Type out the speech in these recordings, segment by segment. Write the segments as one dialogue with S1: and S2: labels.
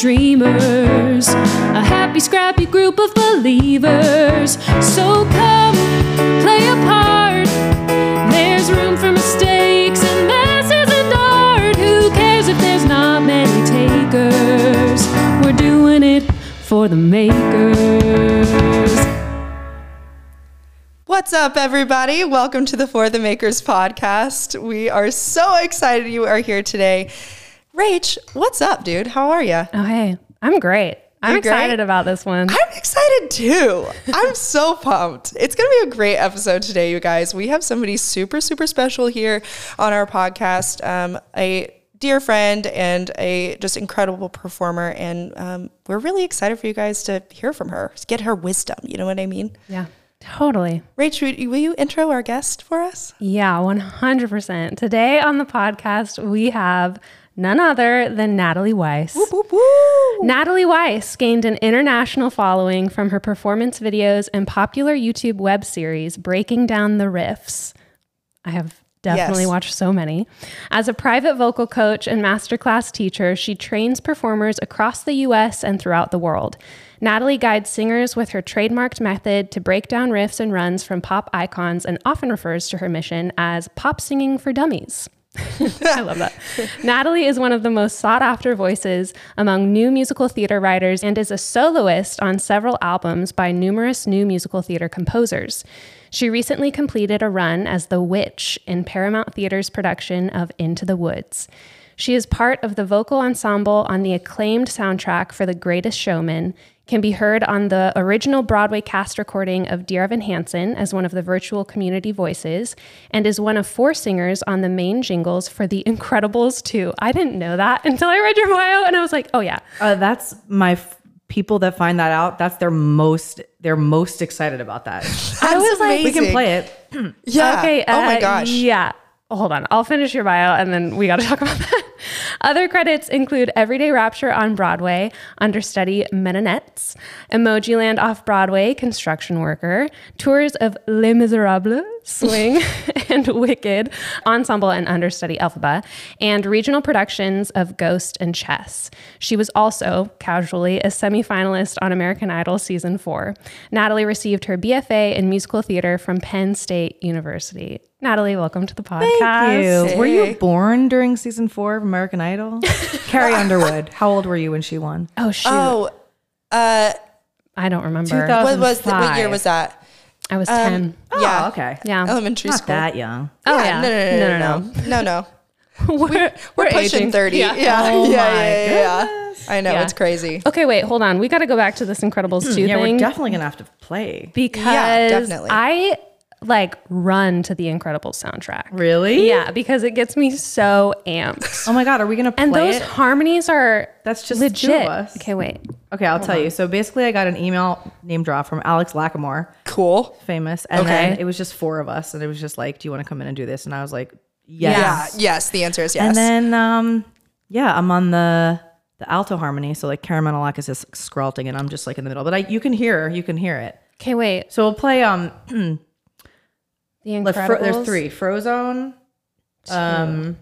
S1: dreamers, a happy, scrappy group of believers. So come, play a part. There's room for mistakes and messes and art. Who cares if there's not many takers? We're doing it for the makers.
S2: What's up, everybody? Welcome to the For the Makers podcast. We are so excited you are here today. Rach, what's up, dude? How are you?
S1: Oh, hey, I'm great. I'm
S2: You're great?
S1: excited about this one.
S2: I'm excited too. I'm so pumped. It's going to be a great episode today, you guys. We have somebody super, super special here on our podcast. Um, a dear friend and a just incredible performer. And um, we're really excited for you guys to hear from her, get her wisdom. You know what I mean?
S1: Yeah, totally.
S2: Rach, will you- will you intro our guest for us?
S1: Yeah, 100%. Today on the podcast, we have none other than Natalie Weiss.
S2: Whoop, whoop.
S1: Natalie Weiss gained an international following from her performance videos and popular YouTube web series, Breaking Down the Riffs. I have definitely
S2: Yes.
S1: watched so many. As a private vocal coach and masterclass teacher, she trains performers across the US and throughout the world. Natalie guides singers with her trademarked method to break down riffs and runs from pop icons and often refers to her mission as pop singing for dummies. I love that. Natalie is one of the most sought after voices among new musical theater writers and is a soloist on several albums by numerous new musical theater composers. She recently completed a run as the Witch in Paramount Theater's production of Into the Woods. She is part of the vocal ensemble on the acclaimed soundtrack for The Greatest Showman, can be heard on the original Broadway cast recording of Dear Evan Hansen as one of the virtual community voices, and is one of four singers on the main jingles for The Incredibles 2. I didn't know that until I read your bio, and I was like, oh yeah.
S3: Uh, that's my f- people that find that out. That's their most. They're most excited about that.
S2: That's
S1: was like-
S3: we can play it.
S2: Yeah.
S1: Okay.
S2: oh my
S1: uh,
S2: gosh.
S1: Yeah. Hold on. I'll finish your bio and then we got to talk about that. Other credits include Everyday Rapture on Broadway, understudy Menonettes, Emojiland off Broadway, Construction Worker, tours of Les Miserables, Swing, and Wicked, ensemble and understudy Elphaba, and regional productions of Ghost and Chess. She was also, casually, a semifinalist on American Idol season four. Natalie received her BFA in musical theater from Penn State University. Natalie, welcome to the podcast.
S3: Thank you. Were you born during season four of American Idol? Carrie Underwood. How old were you when she won?
S1: Oh shoot,
S2: Oh, uh,
S1: I don't remember.
S3: 2000.
S2: what was the, what year was that?
S1: I was ten.
S2: yeah.
S3: Oh, okay.
S1: Yeah.
S2: Elementary
S3: Not
S2: school.
S3: that young.
S1: oh yeah.
S2: No, no, no, no, no, no, no.
S1: We're, we're,
S2: We're pushing
S1: aging.
S2: thirty. Yeah,
S1: Yeah.
S2: yeah, yeah, yeah, yeah. I know
S1: Yeah. Oh,
S2: it's crazy.
S1: Okay, wait, hold on. We got to go back to this Incredibles two
S3: Yeah,
S1: thing
S3: we're definitely gonna have to play.
S1: because
S2: definitely.
S1: I like run to the Incredibles soundtrack.
S3: Really?
S1: Yeah, because it gets me so amped.
S3: Oh my god, are we gonna play
S1: And those
S3: it?
S1: harmonies are
S3: That's just the
S1: legit.
S3: two of us.
S1: Okay, wait.
S3: Okay, I'll tell you. So basically, I got an email name drop from Alex Lackamore,
S2: Cool.
S3: famous, and then
S1: Okay.
S3: it was just four of us, and it was just like, "Do you want to come in and do this?" And I was like,
S2: Yeah.
S3: "Yes."
S2: Yes. The answer is yes.
S3: And then, um, yeah, I'm on the the alto harmony, so like Karen Menalakis is scrolting, and I'm just like in the middle. But I, you can hear, you can hear it.
S1: Okay, wait.
S3: So we'll play. Um,
S1: The
S3: like
S1: Incredibles.
S3: Fro- there's three: Frozone, um,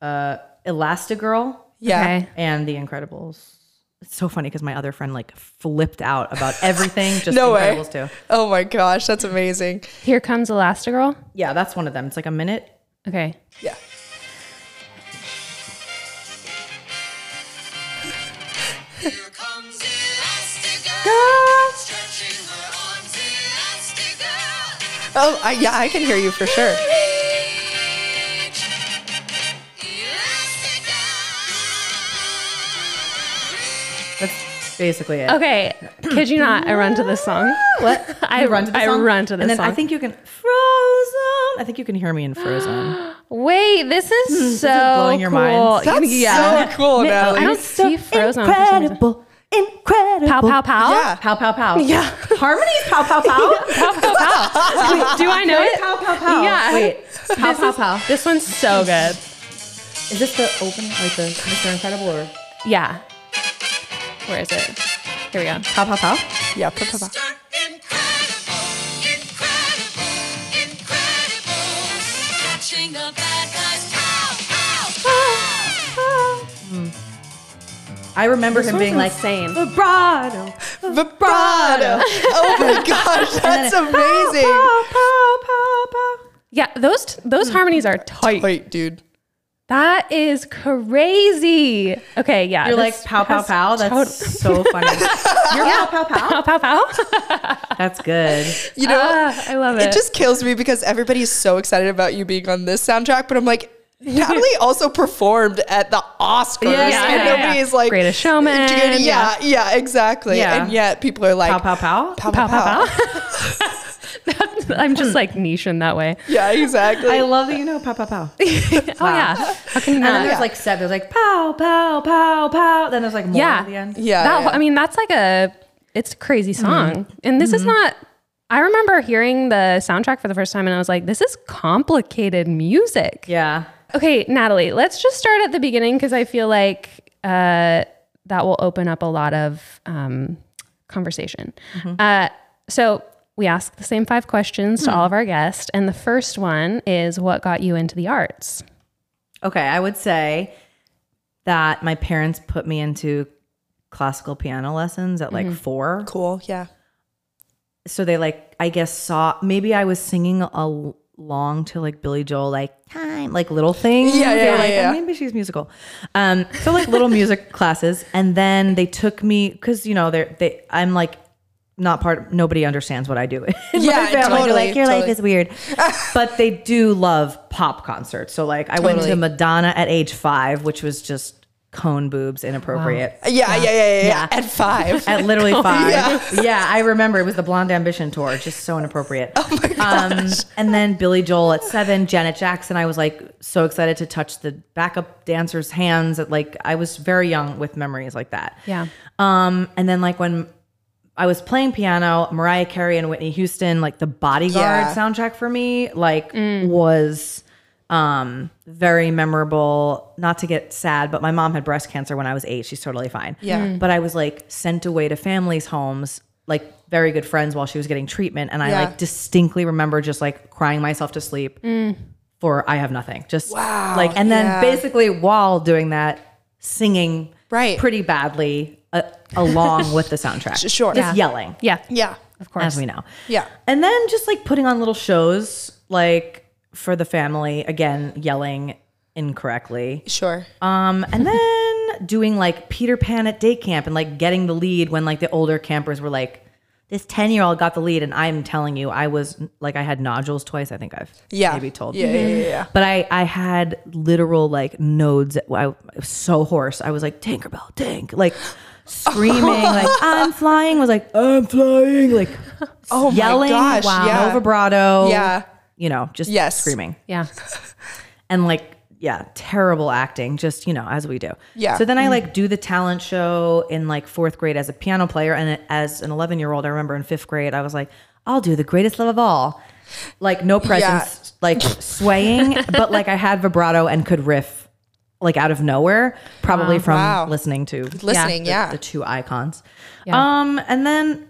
S3: uh, Elastigirl,
S2: yeah.
S1: Okay.
S3: and The Incredibles. It's so funny because my other friend like flipped out about everything. Just
S2: No
S3: The
S2: way.
S3: Incredibles too.
S2: Oh my gosh, that's amazing.
S1: Here comes Elastigirl.
S3: Yeah, that's one of them. It's like a minute.
S1: Okay.
S2: Yeah.
S4: Here comes Elastigirl, stretching her arms, Elastigirl.
S2: Oh, I, yeah, I can hear you for sure.
S4: Reach, Elastigirl.
S3: That's basically it.
S1: Okay. Could you not? I run to this song. What? I
S3: You run to the
S1: I
S3: song?
S1: run to this
S3: and then
S1: song.
S3: I think you can Frozen. I think you can hear me in Frozen.
S1: Wait, this is so
S3: Hmm, blowing your
S1: cool.
S3: mind.
S2: That's so cool,
S1: I
S2: Natalie.
S1: don't see Frozen. for some reason.
S3: incredible.
S1: Pow pow pow.
S2: Yeah.
S3: Pow pow pow.
S1: Yeah.
S3: Harmonies pow pow pow.
S1: Pow pow pow. Wait, do I know it?
S3: Pow pow pow.
S1: Yeah.
S3: Wait. Pow
S1: This
S3: pow
S1: is-
S3: pow.
S1: This one's so good.
S3: Is this the opening, like the Mr. Incredible or
S1: Yeah. Where is it? Here we go.
S3: pow pow pow?
S2: Yeah. pa- pa- pa.
S4: Mr. Incredible, incredible, incredible. Catching
S2: Ah,
S4: the bad guys, pow, pow, pow.
S3: I I remember him
S1: one's
S3: being like,
S1: insane.
S3: vibrato.
S2: Vibrato. Oh my gosh, that's amazing.
S3: Pa, pa, pa, pa.
S1: Yeah, those t- those harmonies are tight.
S2: Wait, dude.
S1: That is crazy. Okay, yeah.
S3: You're
S1: this
S3: like pow pow
S1: has
S3: pow. That's
S1: tot-
S3: so funny. You're pow pow
S1: pow
S3: pow.
S1: pow pow.
S3: That's good.
S2: You know,
S1: Ah, I love it.
S2: it just kills me because everybody is so excited about you being on this soundtrack, but I'm like, Natalie also performed at the Oscars,
S3: Yeah, yeah,
S2: and
S3: yeah,
S2: nobody is like
S1: Greatest Showman,
S2: Yeah, yeah, exactly.
S3: Yeah.
S2: And yet people are like
S3: Pow pow pow.
S2: pow, pow, pow.
S1: I'm just like niche in that way.
S2: Yeah, exactly.
S3: I love that you know pow pow pow. And
S1: Oh yeah. How can you
S3: then
S1: not?
S3: there's like seven. There's like pow pow pow pow. Then there's like more
S1: yeah.
S3: at the end.
S2: Yeah,
S1: That,
S2: yeah.
S1: I mean, that's like a it's a crazy song. And this is not I remember hearing the soundtrack for the first time and I was like, this is complicated music.
S3: Yeah.
S1: Okay, Natalie, let's just start at the beginning because I feel like uh, that will open up a lot of um, conversation. Uh, so we ask the same five questions to all of our guests, and the first one is, "What got you into the arts?"
S3: Okay, I would say that my parents put me into classical piano lessons at like four.
S2: cool. Yeah.
S3: So they like, I guess, saw maybe I was singing al- along to like Billy Joel, like time, like little things.
S2: Yeah,
S3: They
S2: yeah,
S3: were
S2: yeah,
S3: like,
S2: yeah.
S3: "Oh, Maybe she's musical. Um, so like little music classes, and then they took me because you know they're they. I'm like not part. Nobody understands what I do. in my
S2: Yeah,
S3: family. They're
S2: totally,
S3: like your life
S2: totally.
S3: is weird, but they do love pop concerts. So like I went
S2: Totally.
S3: to Madonna at age five, which was just cone boobs inappropriate.
S2: Yeah, yeah, yeah, yeah, yeah.
S3: Yeah.
S2: At five.
S3: At literally five.
S2: Yeah.
S3: Oh, Yeah. I remember it was the Blonde Ambition tour. Just so inappropriate. Oh my gosh. Um, and then Billy Joel at seven, Janet Jackson. I was like so excited to touch the backup dancer's hands. At, like I was very young with memories like that.
S1: Yeah.
S3: Um, and then like when I was playing piano, Mariah Carey and Whitney Houston, like the Bodyguard
S2: Yeah.
S3: soundtrack for me, like was um very memorable not to get sad but my mom had breast cancer when i was eight she's totally fine
S2: Yeah. Mm.
S3: but i was like sent away to families homes like very good friends while she was getting treatment and i
S2: Yeah.
S3: like distinctly remember just like crying myself to sleep for i have nothing just
S2: Wow,
S3: like and then
S2: yeah.
S3: basically while doing that singing
S2: Right.
S3: pretty badly uh, along with the soundtrack
S2: Sure.
S3: just yelling
S1: Yeah,
S2: yeah.
S1: of
S3: as
S1: course.
S3: we know
S2: Yeah.
S3: and then just like putting on little shows like for the family, again, yelling incorrectly.
S2: Sure.
S3: Um, and then doing like Peter Pan at day camp and like getting the lead when like the older campers were like, this 10 year old got the lead. And I'm telling you, I was like, I had nodules twice. I think I've
S2: Yeah.
S3: maybe told
S2: Yeah,
S3: you.
S2: yeah, yeah, yeah.
S3: But I, I had literal like nodes. I, I was so hoarse. I was like, Tinkerbell, Tink, like screaming, like I'm flying. Was like, I'm flying, like
S2: Oh my
S3: yelling,
S2: gosh,
S3: wow,
S2: yeah.
S3: no vibrato,
S2: Yeah.
S3: you know, just
S2: Yes.
S3: screaming
S1: Yeah,
S3: and like yeah terrible acting just you know as we do
S2: Yeah. Mm-hmm.
S3: so then i like do the talent show in like fourth grade as a piano player and as an 11 year old i remember in fifth grade i was like i'll do the greatest love of all like no presence like swaying but like i had vibrato and could riff like out of nowhere probably from
S2: Wow.
S3: listening to
S2: Listening,
S3: the,
S2: yeah.
S3: the two icons
S1: Yeah.
S3: um and then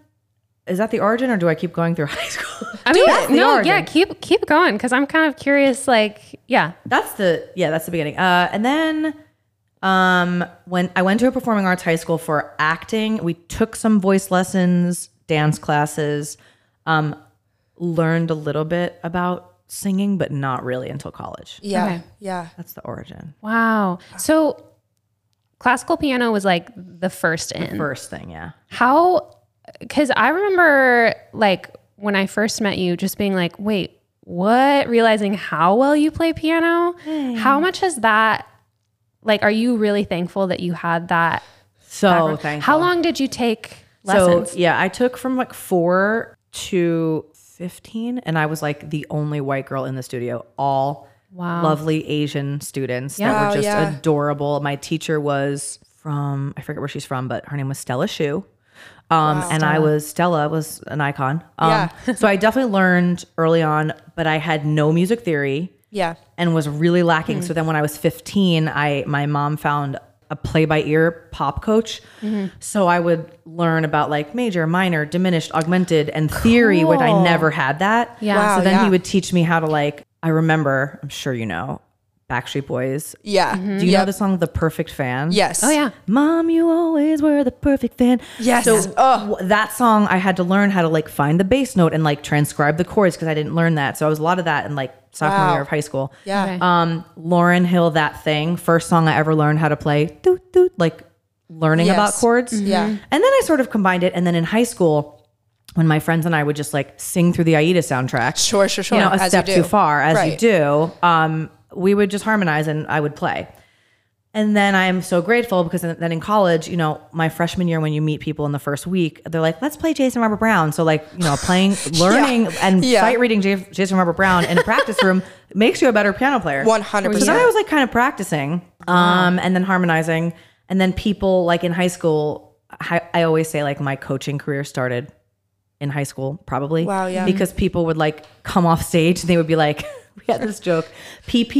S3: is that the origin or do i keep going through high school
S1: I mean,
S3: That's the
S1: no,
S3: origin.
S1: yeah, keep keep going because I'm kind of curious. Like, yeah,
S3: that's the yeah that's the beginning uh and then um when i went to a performing arts high school for acting we took some voice lessons dance classes um learned a little bit about singing but not really until college
S2: Yeah.
S1: Okay.
S2: Yeah.
S3: that's the origin
S1: wow. So, classical piano was like the first in.
S3: first thing yeah
S1: How, because I remember like when I first met you, just being like, wait, what? Realizing how well you play piano.
S3: Hmm.
S1: How much has that, like, are you really thankful that you had that?
S3: so
S1: background?
S3: thank
S1: How long did you take lessons?
S3: So yeah, I took from like four to fifteen, and I was like the only white girl in the studio. All
S1: Wow.
S3: lovely Asian students
S1: Yeah.
S3: that
S2: Wow,
S3: were just
S2: yeah.
S3: adorable. My teacher was from I forget where she's from, but her name was Stella Shu. Um, and I was Stella was an icon. Um, so I definitely learned early on, but I had no music theory
S2: Yeah.
S3: and was really lacking. So then when I was 15, I my mom found a play by ear pop coach. So I would learn about like major, minor, diminished, augmented and theory when I never had that.
S1: Yeah. Wow,
S3: so then
S2: yeah.
S3: he would teach me how to like I remember, I'm sure you know, Backstreet Boys.
S2: Yeah.
S3: Mm-hmm. Do you know the song "The Perfect Fan"?
S2: Yes.
S1: Oh yeah.
S3: Mom, you always were the perfect fan.
S2: Yes. oh.
S3: So
S2: Ugh.
S3: w- that song, I had to learn how to like find the bass note and like transcribe the chords because I didn't learn that. So I was a lot of that in like sophomore
S2: Wow.
S3: year of high school.
S2: Yeah.
S1: Okay.
S3: Um, Lauren Hill, that thing, first song I ever learned how to play, doot, doot, like learning
S2: Yes. Mm-hmm.
S3: about chords.
S2: Yeah.
S3: And then I sort of combined it. And then in high school, when my friends and I would just like sing through the Aida soundtrack,
S2: Sure, sure, sure.
S3: you know, a
S2: as
S3: step
S2: do.
S3: too far, as you
S2: Right.
S3: do, um, we would just harmonize and I would play. And then I'm so grateful because then then in college, you know, my freshman year, when you meet people in the first week, they're like, let's play Jason Robert Brown. So, like, you know, playing, learning, and
S2: Yeah.
S3: sight reading J- Jason Robert Brown in a practice room makes you a better piano player.
S2: 100%.
S3: So then I was like kind of practicing um, and then harmonizing. And then people like in high school, I, I always say like my coaching career started in high school, probably.
S2: Wow, yeah.
S3: Because people would like come off stage and they would be like, we had this joke,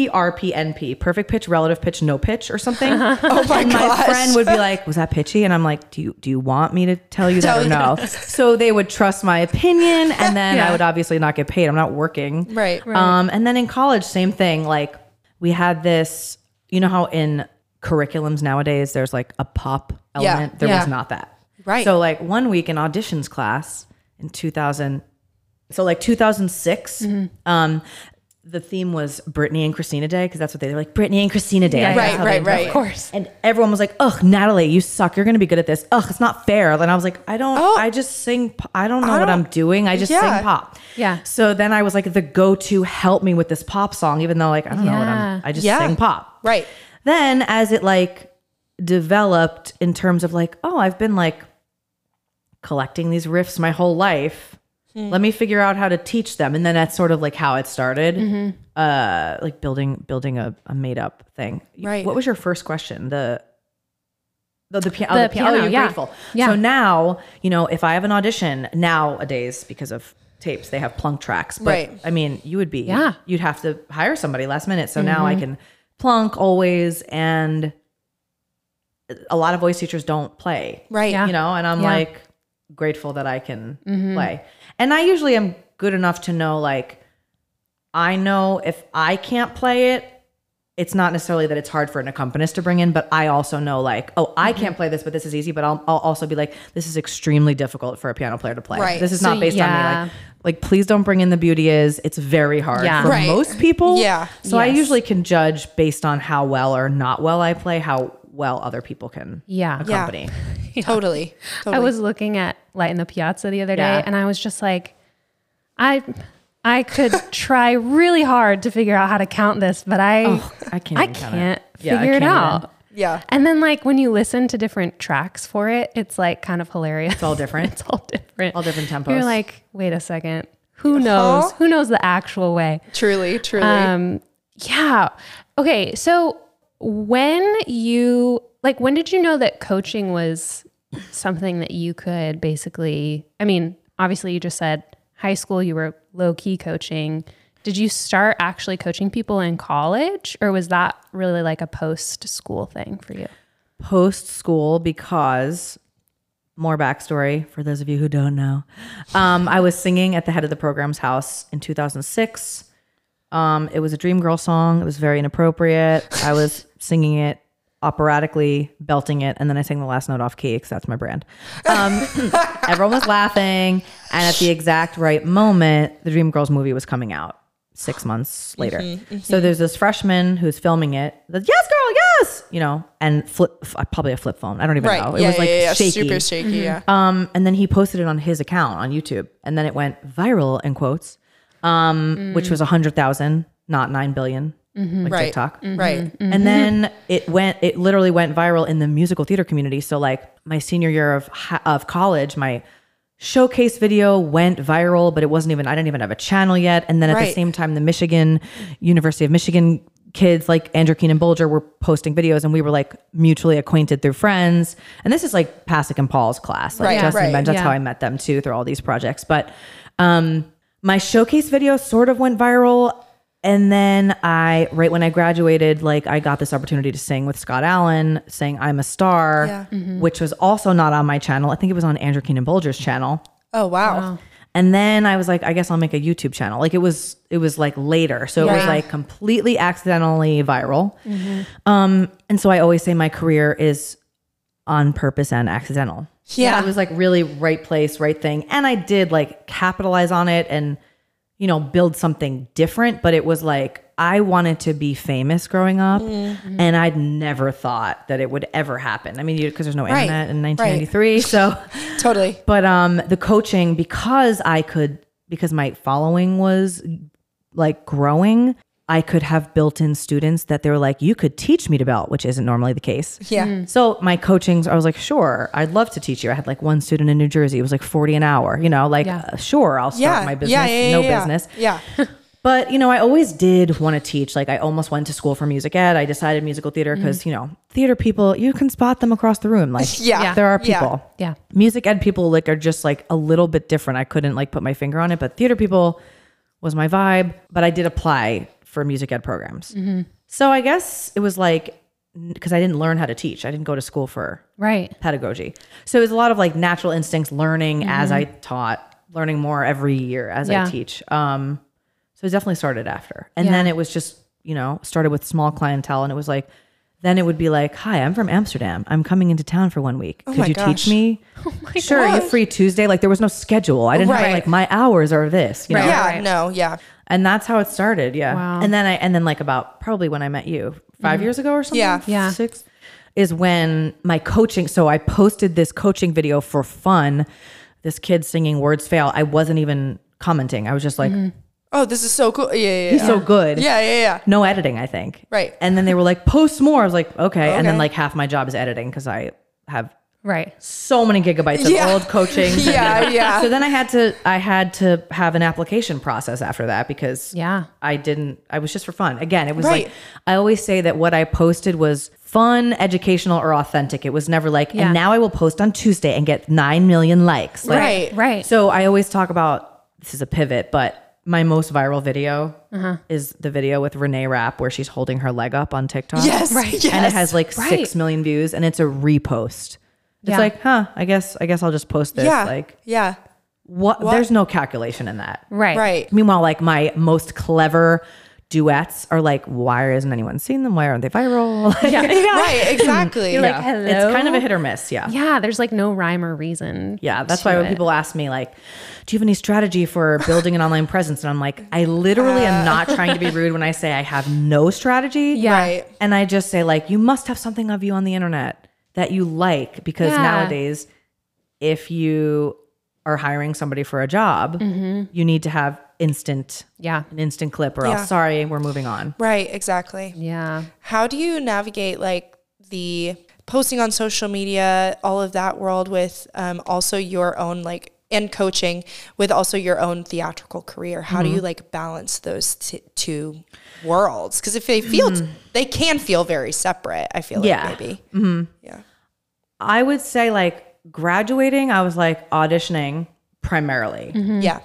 S3: PPRPNP, perfect pitch, relative pitch, no pitch or something.
S2: Oh my
S3: and my
S2: gosh.
S3: friend would be like, "Was that pitchy?" And I'm like, "Do you do you want me to tell you that
S2: Tell
S3: or
S2: you.
S3: no?" so they would trust my opinion, and then
S1: Yeah.
S3: I would obviously not get paid. I'm not working,
S2: Right. Right.
S3: Um, and then in college, same thing. Like we had this. You know how in curriculums nowadays there's like a pop
S2: Yeah.
S3: element. There
S1: Yeah.
S3: was not that.
S2: Right.
S3: So like one week in auditions class in 2000, so like 2006.
S2: Mm-hmm.
S3: Um, the theme was Brittany and Christina Day because that's what they were like. Brittany and Christina Day. Like, that's
S2: right,
S3: how they
S2: right, right.
S1: Of course.
S3: and everyone was like, "Ugh, Natalie, you suck. You're gonna be good at this. Ugh, it's not fair." And I was like, "I don't.
S2: Oh.
S3: I just sing. p- I don't know what
S2: don't-
S3: I'm doing. I just
S2: Yeah.
S3: sing pop."
S1: Yeah.
S3: So then I was like, the go-to help me with this pop song, even though like I don't know what
S1: Yeah.
S3: I'm. I just
S2: Yeah.
S3: sing pop.
S2: Right.
S3: Then as it like developed in terms of like, oh, I've been like collecting these riffs my whole life.
S1: Hmm.
S3: Let me figure out how to teach them, and then that's sort of like how it started,
S1: Mm-hmm.
S3: uh, like building building a, a made up thing.
S2: Right.
S3: What was your first question? The the, the, pia- oh,
S1: The
S3: the piano.
S1: piano,
S3: Oh, you're
S1: yeah.
S3: grateful.
S1: Yeah.
S3: So now, you know, if I have an audition nowadays because of tapes, they have plunk tracks. But
S2: Right.
S3: I mean, you would be,
S1: Yeah.
S3: you'd have to hire somebody last minute. So now I can plunk always. And a lot of voice teachers don't play.
S2: Right.
S1: Yeah.
S3: You know, and I'm
S1: Yeah. Mm-hmm.
S3: like grateful that I can play. And I usually am good enough to know, like, I know if I can't play it, it's not necessarily that it's hard for an accompanist to bring in, but I also know like, oh, I
S1: Mm-hmm.
S3: can't play this, but this is easy. But I'll, I'll also be like, this is extremely difficult for a piano player to play.
S2: Right.
S3: This is
S1: So,
S3: not based
S1: yeah.
S3: on me. Like, like please don't bring in the beauty is. It's very hard
S1: Yeah.
S3: for
S2: Right.
S3: most people.
S2: Yeah.
S3: So I
S1: Yes.
S3: usually can judge based on how well or not well I play, how well other people can
S1: Yeah.
S2: Yeah.
S3: accompany.
S2: Totally. Totally.
S1: I was looking at Light in the Piazza the other day,
S3: Yeah.
S1: and I was just like, I, I could try really hard to figure out how to count this, but I,
S3: Oh, I can't.
S1: I
S3: even count
S1: can't
S3: it. Yeah, I
S1: figure it
S3: can't even.
S1: out.
S2: yeah.
S1: And then like when you listen to different tracks for it, it's like kind of hilarious. It's
S3: all different.
S1: it's all different.
S3: All different tempos.
S1: You're like, wait a second. Who knows? Who knows the actual way?
S2: Truly, truly.
S1: Um, yeah. Okay. So when you like, when did you know that coaching was something that you could basically? I mean, obviously, you just said high school. You were low key coaching. Did you start actually coaching people in college, or was that really like a post school thing for you?
S3: post school because more backstory for those of you who don't know. Um, I was singing at the head of the program's house in 2006. Um, it was a Dream Girl song. It was very inappropriate. I was singing it operatically, belting it, and then I sang the last note off key because that's my brand. Um, everyone was laughing, and at the exact right moment, the Dream Girls movie was coming out six months
S2: Mm-hmm,
S3: later. So there's this freshman who's filming it. That's, yes, girl, yes, you know, and flip f- probably a flip phone. I don't even
S2: right.
S3: know. oh, It
S2: yeah,
S3: was like
S2: yeah, yeah.
S3: shaky.
S2: Super shaky. Yeah.
S3: Um, and then he posted it on his account on YouTube, and then it went viral in quotes, um, which was a hundred thousand, not nine billion, like
S2: Right.
S3: TikTok. Mm-hmm.
S2: Right.
S3: And then it went, it literally went viral in the musical theater community. So like my senior year of hi- of college, my showcase video went viral, but it wasn't even I didn't even have a channel yet. And then at the
S2: Right.
S3: same time, the Michigan University of Michigan kids like Andrew Keenan Bolger were posting videos, and we were like mutually acquainted through friends. And this is like Pasek and Paul's class, like
S2: Right,
S3: Justin
S2: right,
S3: Bench. That's
S1: yeah.
S3: how I met them too through all these projects. But um, my showcase video sort of went viral. And then I, right when I graduated, like I got this opportunity to sing with Scott Allen, saying I'm a star,
S2: Yeah.
S3: which was also not on my channel. I think it was on Andrew Keenan Bolger's channel.
S2: Oh wow.
S3: And And then I was like, I guess I'll make a YouTube channel. Like it was, it was like later. So it was
S2: Yeah. Mm-hmm.
S3: like completely accidentally viral. Um, and so I always say my career is on purpose and accidental.
S2: Yeah.
S3: It was like really right place, right thing. And I did like capitalize on it and, you know, build something different. But it was like, I wanted to be famous growing up.
S2: Mm-hmm.
S3: And I'd never thought that it would ever happen. I mean, because there's no internet in
S2: right.
S3: 1993. So,
S2: Totally.
S3: but um, the coaching, because I could, because my following was like growing, I could have built in students that they were like, you could teach me to belt, which isn't normally the case.
S2: Yeah.
S3: So my coachings, I was like, sure, I'd love to teach you. I had like one student in New Jersey. It was like 40 an hour, you know, like, uh, sure, I'll start
S2: Yeah.
S3: my business,
S2: yeah, yeah, yeah,
S3: no
S2: yeah.
S3: business.
S2: Yeah.
S3: But, you know, I always did want to teach. Like I almost went to school for music ed. I decided musical theater
S2: Mm.
S3: because, you know, theater people, you can spot them across the room. Like
S2: Yeah. Yeah.
S3: there are
S2: Yeah.
S3: people.
S1: Yeah.
S3: Music ed people like are just like a little bit different. I couldn't like put my finger on it, but theater people was my vibe. But I did apply for music ed programs. So I guess it was like, because I didn't learn how to teach. I didn't go to school for
S1: Right.
S3: pedagogy. So it was a lot of like natural instincts, learning
S2: Mm-hmm.
S3: as I taught, learning more every year as
S1: Yeah.
S3: I teach. Um, so it definitely started after. And
S1: Yeah.
S3: then it was just, you know, started with small clientele and it was like, then it would be like, hi, I'm from Amsterdam. I'm coming into town for one week. Could
S2: Oh my
S3: you
S2: gosh. Oh
S3: teach me? sure, you're
S2: gosh.
S3: free Tuesday. Like there was no schedule. I didn't
S2: Right.
S3: have like my hours are this, you know?
S1: Right.
S2: Yeah.
S1: Alright.
S2: No. Yeah.
S3: And that's how it started. Yeah.
S1: Wow. Mm-hmm.
S3: And then I and then like about probably when I met you 5 years ago or something.
S2: Yeah.
S1: Yeah.
S3: Six is when my coaching. So I posted this coaching video for fun. This kid singing words fail. I wasn't even commenting. I was just like,
S1: Mm-hmm.
S2: Oh, this is so cool. Yeah. Yeah.
S3: he's
S2: yeah.
S3: so good.
S2: yeah. Yeah. Yeah.
S3: No editing, I think.
S2: Right.
S3: And then they were like, post more. I was like, okay. And
S2: Okay.
S3: then like half my job is editing because I have
S1: Right.
S3: so many gigabytes of
S2: Yeah.
S3: old coaching.
S2: Yeah, yeah.
S3: So then I had to I had to have an application process after that because
S1: Yeah.
S3: I didn't I was just for fun. Again, it was
S2: Right.
S3: like I always say that what I posted was fun, educational or authentic. It was never like
S1: Yeah.
S3: and now I will post on Tuesday and get 9 million likes. Like,
S2: Right.
S1: Right.
S3: So I always talk about this is a pivot, but my most viral video is the video with Renee Rapp where she's holding her leg up on TikTok.
S2: Yes. Right. Yes.
S3: And it has like
S1: Right.
S3: six million views and it's a repost. It's
S1: Yeah.
S3: like, huh, I guess I guess I'll just post this.
S2: Yeah.
S3: Like
S2: yeah.
S3: what, there's no calculation in that.
S1: right.
S2: Right.
S3: Meanwhile, like my most clever duets are like, why isn't anyone seeing them? Why aren't they viral? yeah.
S2: Right. Exactly.
S1: You're like, hello.
S3: It's kind of a hit or miss. Yeah.
S1: Yeah. There's like no rhyme or reason.
S3: Yeah, that's
S1: to
S3: why when
S1: it.
S3: people ask me like, "Do you have any strategy for building an online presence?" and I'm like, I literally am not trying to be rude when I say I have no strategy.
S1: Uh. Yeah.
S2: Right.
S3: and I just say like, you must have something of you on the internet that you like because
S1: Yeah.
S3: nowadays, if you are hiring somebody for a job,
S1: Mm-hmm.
S3: you need to have instant
S1: Yeah.
S3: an instant clip or
S2: Yeah.
S3: else sorry, we're moving on.
S2: Right. Exactly.
S1: Yeah.
S2: How do you navigate like the posting on social media, all of that world with um, also your own like and coaching with also your own theatrical career? How
S3: Mm-hmm.
S2: do you like balance those t- two worlds? Because if they feel they can feel very separate, I feel
S3: Mm. Yeah.
S2: like maybe yeah
S3: I would say like graduating, I was like auditioning primarily.
S2: yeah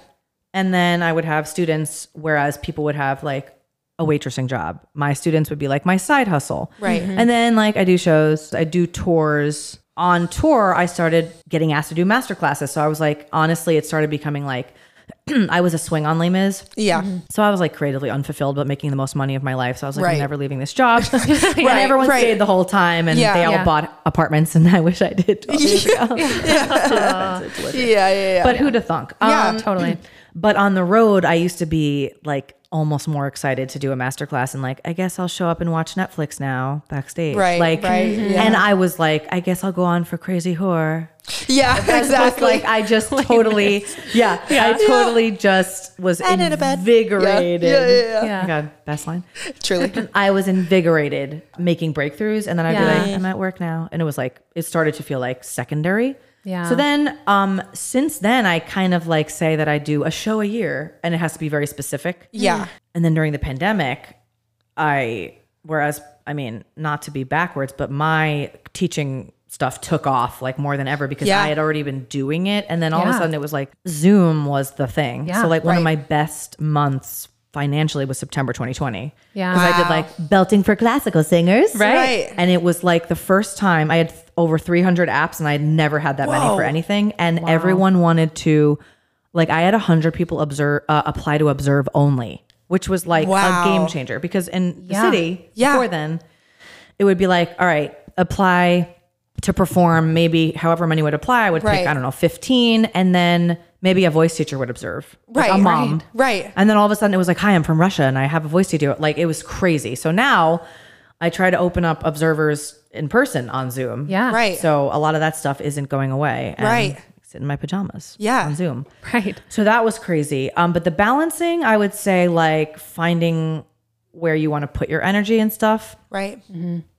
S3: And then I would have students, whereas people would have like a waitressing job. My students would be like my side hustle.
S2: Right.
S3: And then like I do shows, I do tours. On tour, I started getting asked to do master classes. So I was like, honestly, it started becoming like I was a swing on Les Mis.
S2: yeah
S3: So I was like creatively unfulfilled, but making the most money of my life. So I was like,
S2: Right.
S3: I'm never leaving this job. and everyone
S2: right.
S3: stayed the whole time and
S2: Yeah.
S3: they all
S1: Yeah.
S3: bought apartments. And I wish I did. 12 years ago. It's
S2: yeah
S3: worth it.
S2: yeah yeah.
S3: But who'd have thunk? Ah,
S2: Yeah.
S1: Totally.
S3: But on the road, I used to be like almost more excited to do a master class and like, I guess I'll show up and watch Netflix now backstage.
S2: Right,
S3: Like, mm-hmm.
S2: right, yeah.
S3: and I was like, I guess I'll go on for Crazy Whore.
S2: yeah exactly
S3: Like, I just totally, yeah, I totally just was
S2: And in a bed.
S3: invigorated.
S2: Yeah, yeah, yeah, yeah.
S3: Oh my God, best line.
S2: truly
S3: I was invigorated making breakthroughs, and then I'd
S1: Yeah.
S3: be like, I'm at work now, and it was like it started to feel like secondary.
S1: Yeah.
S3: So then, um, since then, I kind of like say that I do a show a year, and it has to be very specific.
S2: yeah
S3: And then during the pandemic, I whereas I mean, not to be backwards, but my teaching stuff took off like more than ever because
S2: Yeah.
S3: I had already been doing it and then all of
S1: Yeah.
S3: a sudden it was like Zoom was the thing.
S1: Yeah.
S3: so like one of
S2: Right.
S3: my best months financially was September 2020.
S1: Yeah.
S3: 'Cause I did
S2: Wow.
S3: like belting for classical singers.
S2: Right.
S3: And it was like the first time I had th- over 300 apps and I had never had that many
S2: Whoa.
S3: for anything and everyone wanted to like I had 100 people observe uh, apply to observe only, which was like
S2: Wow.
S3: a game changer because in
S1: Yeah.
S3: the city
S2: Yeah.
S3: before then it would be like, all right, apply to perform maybe however many would apply, I would
S2: Right.
S3: pick I don't know 15 and then maybe a voice teacher would observe. like
S2: Right,
S3: a mom.
S2: right, right.
S3: And then all of a sudden it was like, hi, I'm from Russia and I have a voice studio. Like it was crazy. So now I try to open up observers in person on Zoom.
S1: Yeah.
S2: Right.
S3: So a lot of that stuff isn't going away. And
S2: Right.
S3: I Sit in my pajamas.
S2: Yeah.
S3: On Zoom.
S1: Right.
S3: So that was crazy. Um, but the balancing, I would say, like finding where you want to put your energy and stuff.
S2: right.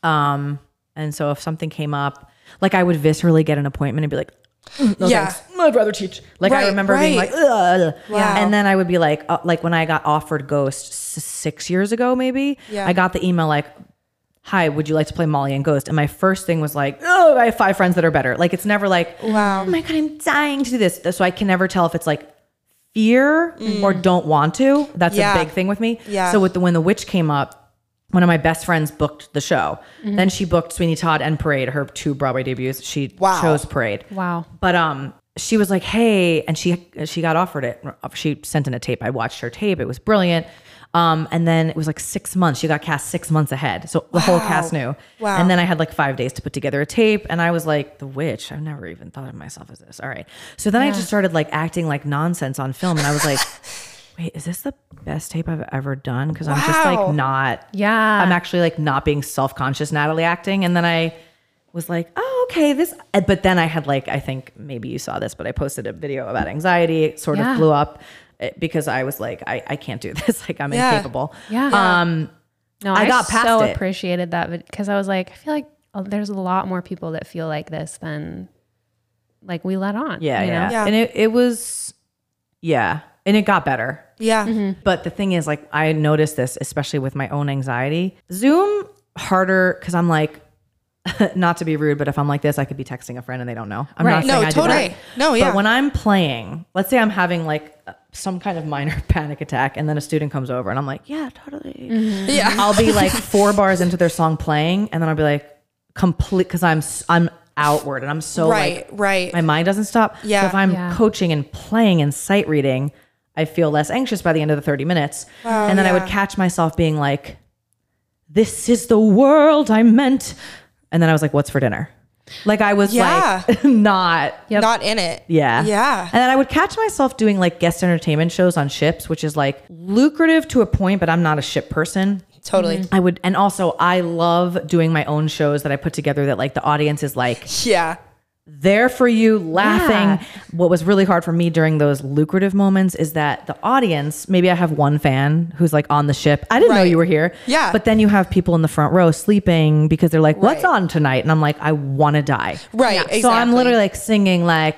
S3: Um, and so if something came up, like I would viscerally get an appointment and be like, "Mm, no
S2: Yeah.
S3: thanks. I'd rather teach. Like
S2: Right,
S3: I remember being
S2: right.
S3: like, Ugh.
S2: Wow.
S3: and then I would be like, uh, like when I got offered Ghost s- six years ago, maybe
S2: Yeah.
S3: I got the email like, hi, would you like to play Molly and Ghost? And my first thing was like, oh, I have five friends that are better. Like it's never like,
S2: Wow.
S3: oh my god, I'm dying to do this. So I can never tell if it's like fear or don't want to. That's
S2: Mm. Yeah.
S3: a big thing with me.
S2: Yeah.
S3: So with the when the witch came up, one of my best friends booked the show.
S2: Mm-hmm.
S3: Then she booked Sweeney Todd and Parade, her two Broadway debuts. She
S2: Wow.
S3: chose Parade.
S1: Wow.
S3: But um, she was like, "Hey," and she she got offered it. She sent in a tape. I watched her tape. It was brilliant. Um, and then it was like six months. She got cast six months ahead, so the whole cast knew.
S2: Wow.
S3: And then I had like five days to put together a tape, and I was like, "The witch." I've never even thought of myself as this. All right. So then I just started like acting like nonsense on film, and I was like, "Wait, is this the best tape I've ever done?" Because I'm just
S2: Wow.
S3: like not.
S1: Yeah.
S3: I'm actually like not being self conscious, Natalie acting. And then I was like, oh, okay, this. uh, But then I had like, I think maybe you saw this, but I posted a video about anxiety. It sort
S1: Yeah.
S3: of blew up eh, because I was like, I, I can't do this. Like, I'm
S2: Yeah.
S3: incapable.
S1: Yeah.
S3: Um,
S1: no, I,
S3: I got past
S1: so
S3: it.
S1: appreciated that because I was like, I feel like oh, there's a lot more people that feel like this than like we let on.
S3: yeah,
S1: you know?
S3: yeah.
S2: Yeah.
S3: And it, it was, yeah. And it got better.
S2: Yeah.
S3: But the thing is, like, I noticed this, especially with my own anxiety. Zoom harder because I'm like, not to be rude, but if I'm like this, I could be texting a friend and they don't know. I'm
S1: Right.
S3: not saying
S2: No,
S3: I do that.
S2: totally. No, yeah.
S3: But when I'm playing, let's say I'm having like uh, some kind of minor panic attack, and then a student comes over, and I'm like, yeah, totally.
S2: yeah.
S3: I'll be like four bars into their song playing, and then I'll be like, complete, because I'm s- I'm outward, and I'm so
S2: right.
S3: like
S2: right.
S3: my mind doesn't stop.
S2: Yeah.
S3: So if I'm
S1: Yeah.
S3: coaching and playing and sight reading, I feel less anxious by the end of the 30 minutes. and then I would catch myself being like, this is the world I meant. And then I was like, what's for dinner? Like I was like, not.
S2: Not in it.
S3: Yeah.
S2: Yeah.
S3: And then I would catch myself doing like guest entertainment shows on ships, which is like lucrative to a point, but I'm not a ship person.
S2: Totally.
S3: I would, and also I love doing my own shows that I put together that like the audience is like,
S2: Yeah.
S3: there for you laughing.
S1: Yeah.
S3: What was really hard for me during those lucrative moments is that the audience, maybe I have one fan who's like on the ship. I didn't know
S2: Right.
S3: you were here.
S2: Yeah.
S3: But then you have people in the front row sleeping because they're like, what's
S2: Right.
S3: on tonight? And I'm like, I want to die.
S2: Right,
S3: So I'm
S2: exactly.
S3: literally like singing like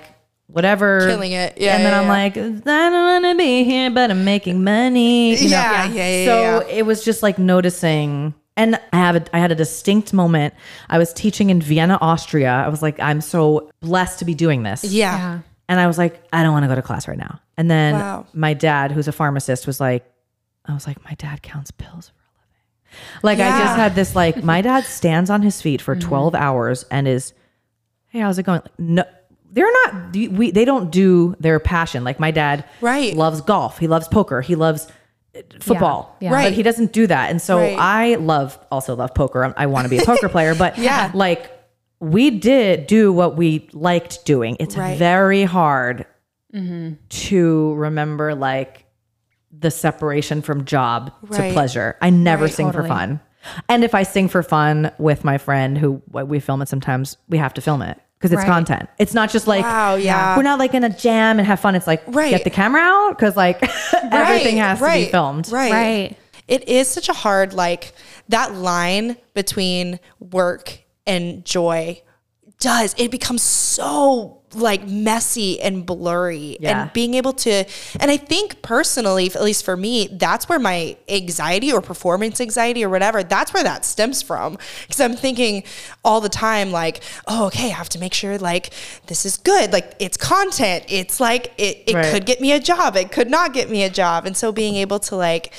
S3: whatever.
S2: Killing it. Yeah,
S3: And then
S2: yeah,
S3: I'm
S2: yeah.
S3: like, I don't want to be here, but I'm making money. you know?
S2: Yeah, yeah, yeah,
S3: So
S2: yeah.
S3: it was just like noticing and I have a, I had a distinct moment. I was teaching in Vienna, Austria. I was like, I'm so blessed to be doing this.
S2: Yeah.
S1: Yeah.
S3: And I was like, I don't want to go to class right now. And then
S2: Wow.
S3: my dad, who's a pharmacist, was like, I was like, my dad counts pills for a living. Like I
S2: Yeah. Mm-hmm.
S3: just had this like, my dad stands on his feet for 12 hours and is, hey, how's it going? Like, no, they're not. We they don't do their passion. Like my dad,
S2: Right.
S3: loves golf. He loves poker. He loves uh, football.
S1: Yeah.
S2: Right.
S3: But he doesn't do that. And so
S2: Right.
S3: I love also love poker. I, I want to be a poker player, but
S2: Yeah.
S3: like we did do what we liked doing. It's
S2: Right. Mm-hmm.
S3: very hard to remember like the separation from job
S2: Right.
S3: to pleasure. I never
S2: Right.
S3: sing for fun. And if I sing for fun with my friend who we film it sometimes, we have to film it because it's
S1: Right.
S3: content. It's not just like
S2: Wow, yeah.
S3: we're not like in a jam and have fun. It's like
S2: Right.
S3: get the camera out because like everything has to be filmed.
S2: Right.
S1: Right.
S2: It is such a hard like that line between work and joy does it becomes so like messy and blurry
S3: Yeah.
S2: and being able to and I think personally at least for me that's where my anxiety or performance anxiety or whatever that's where that stems from because I'm thinking all the time like oh okay I have to make sure like this is good like it's content it's like it, it
S3: Right.
S2: could get me a job it could not get me a job and so being able to like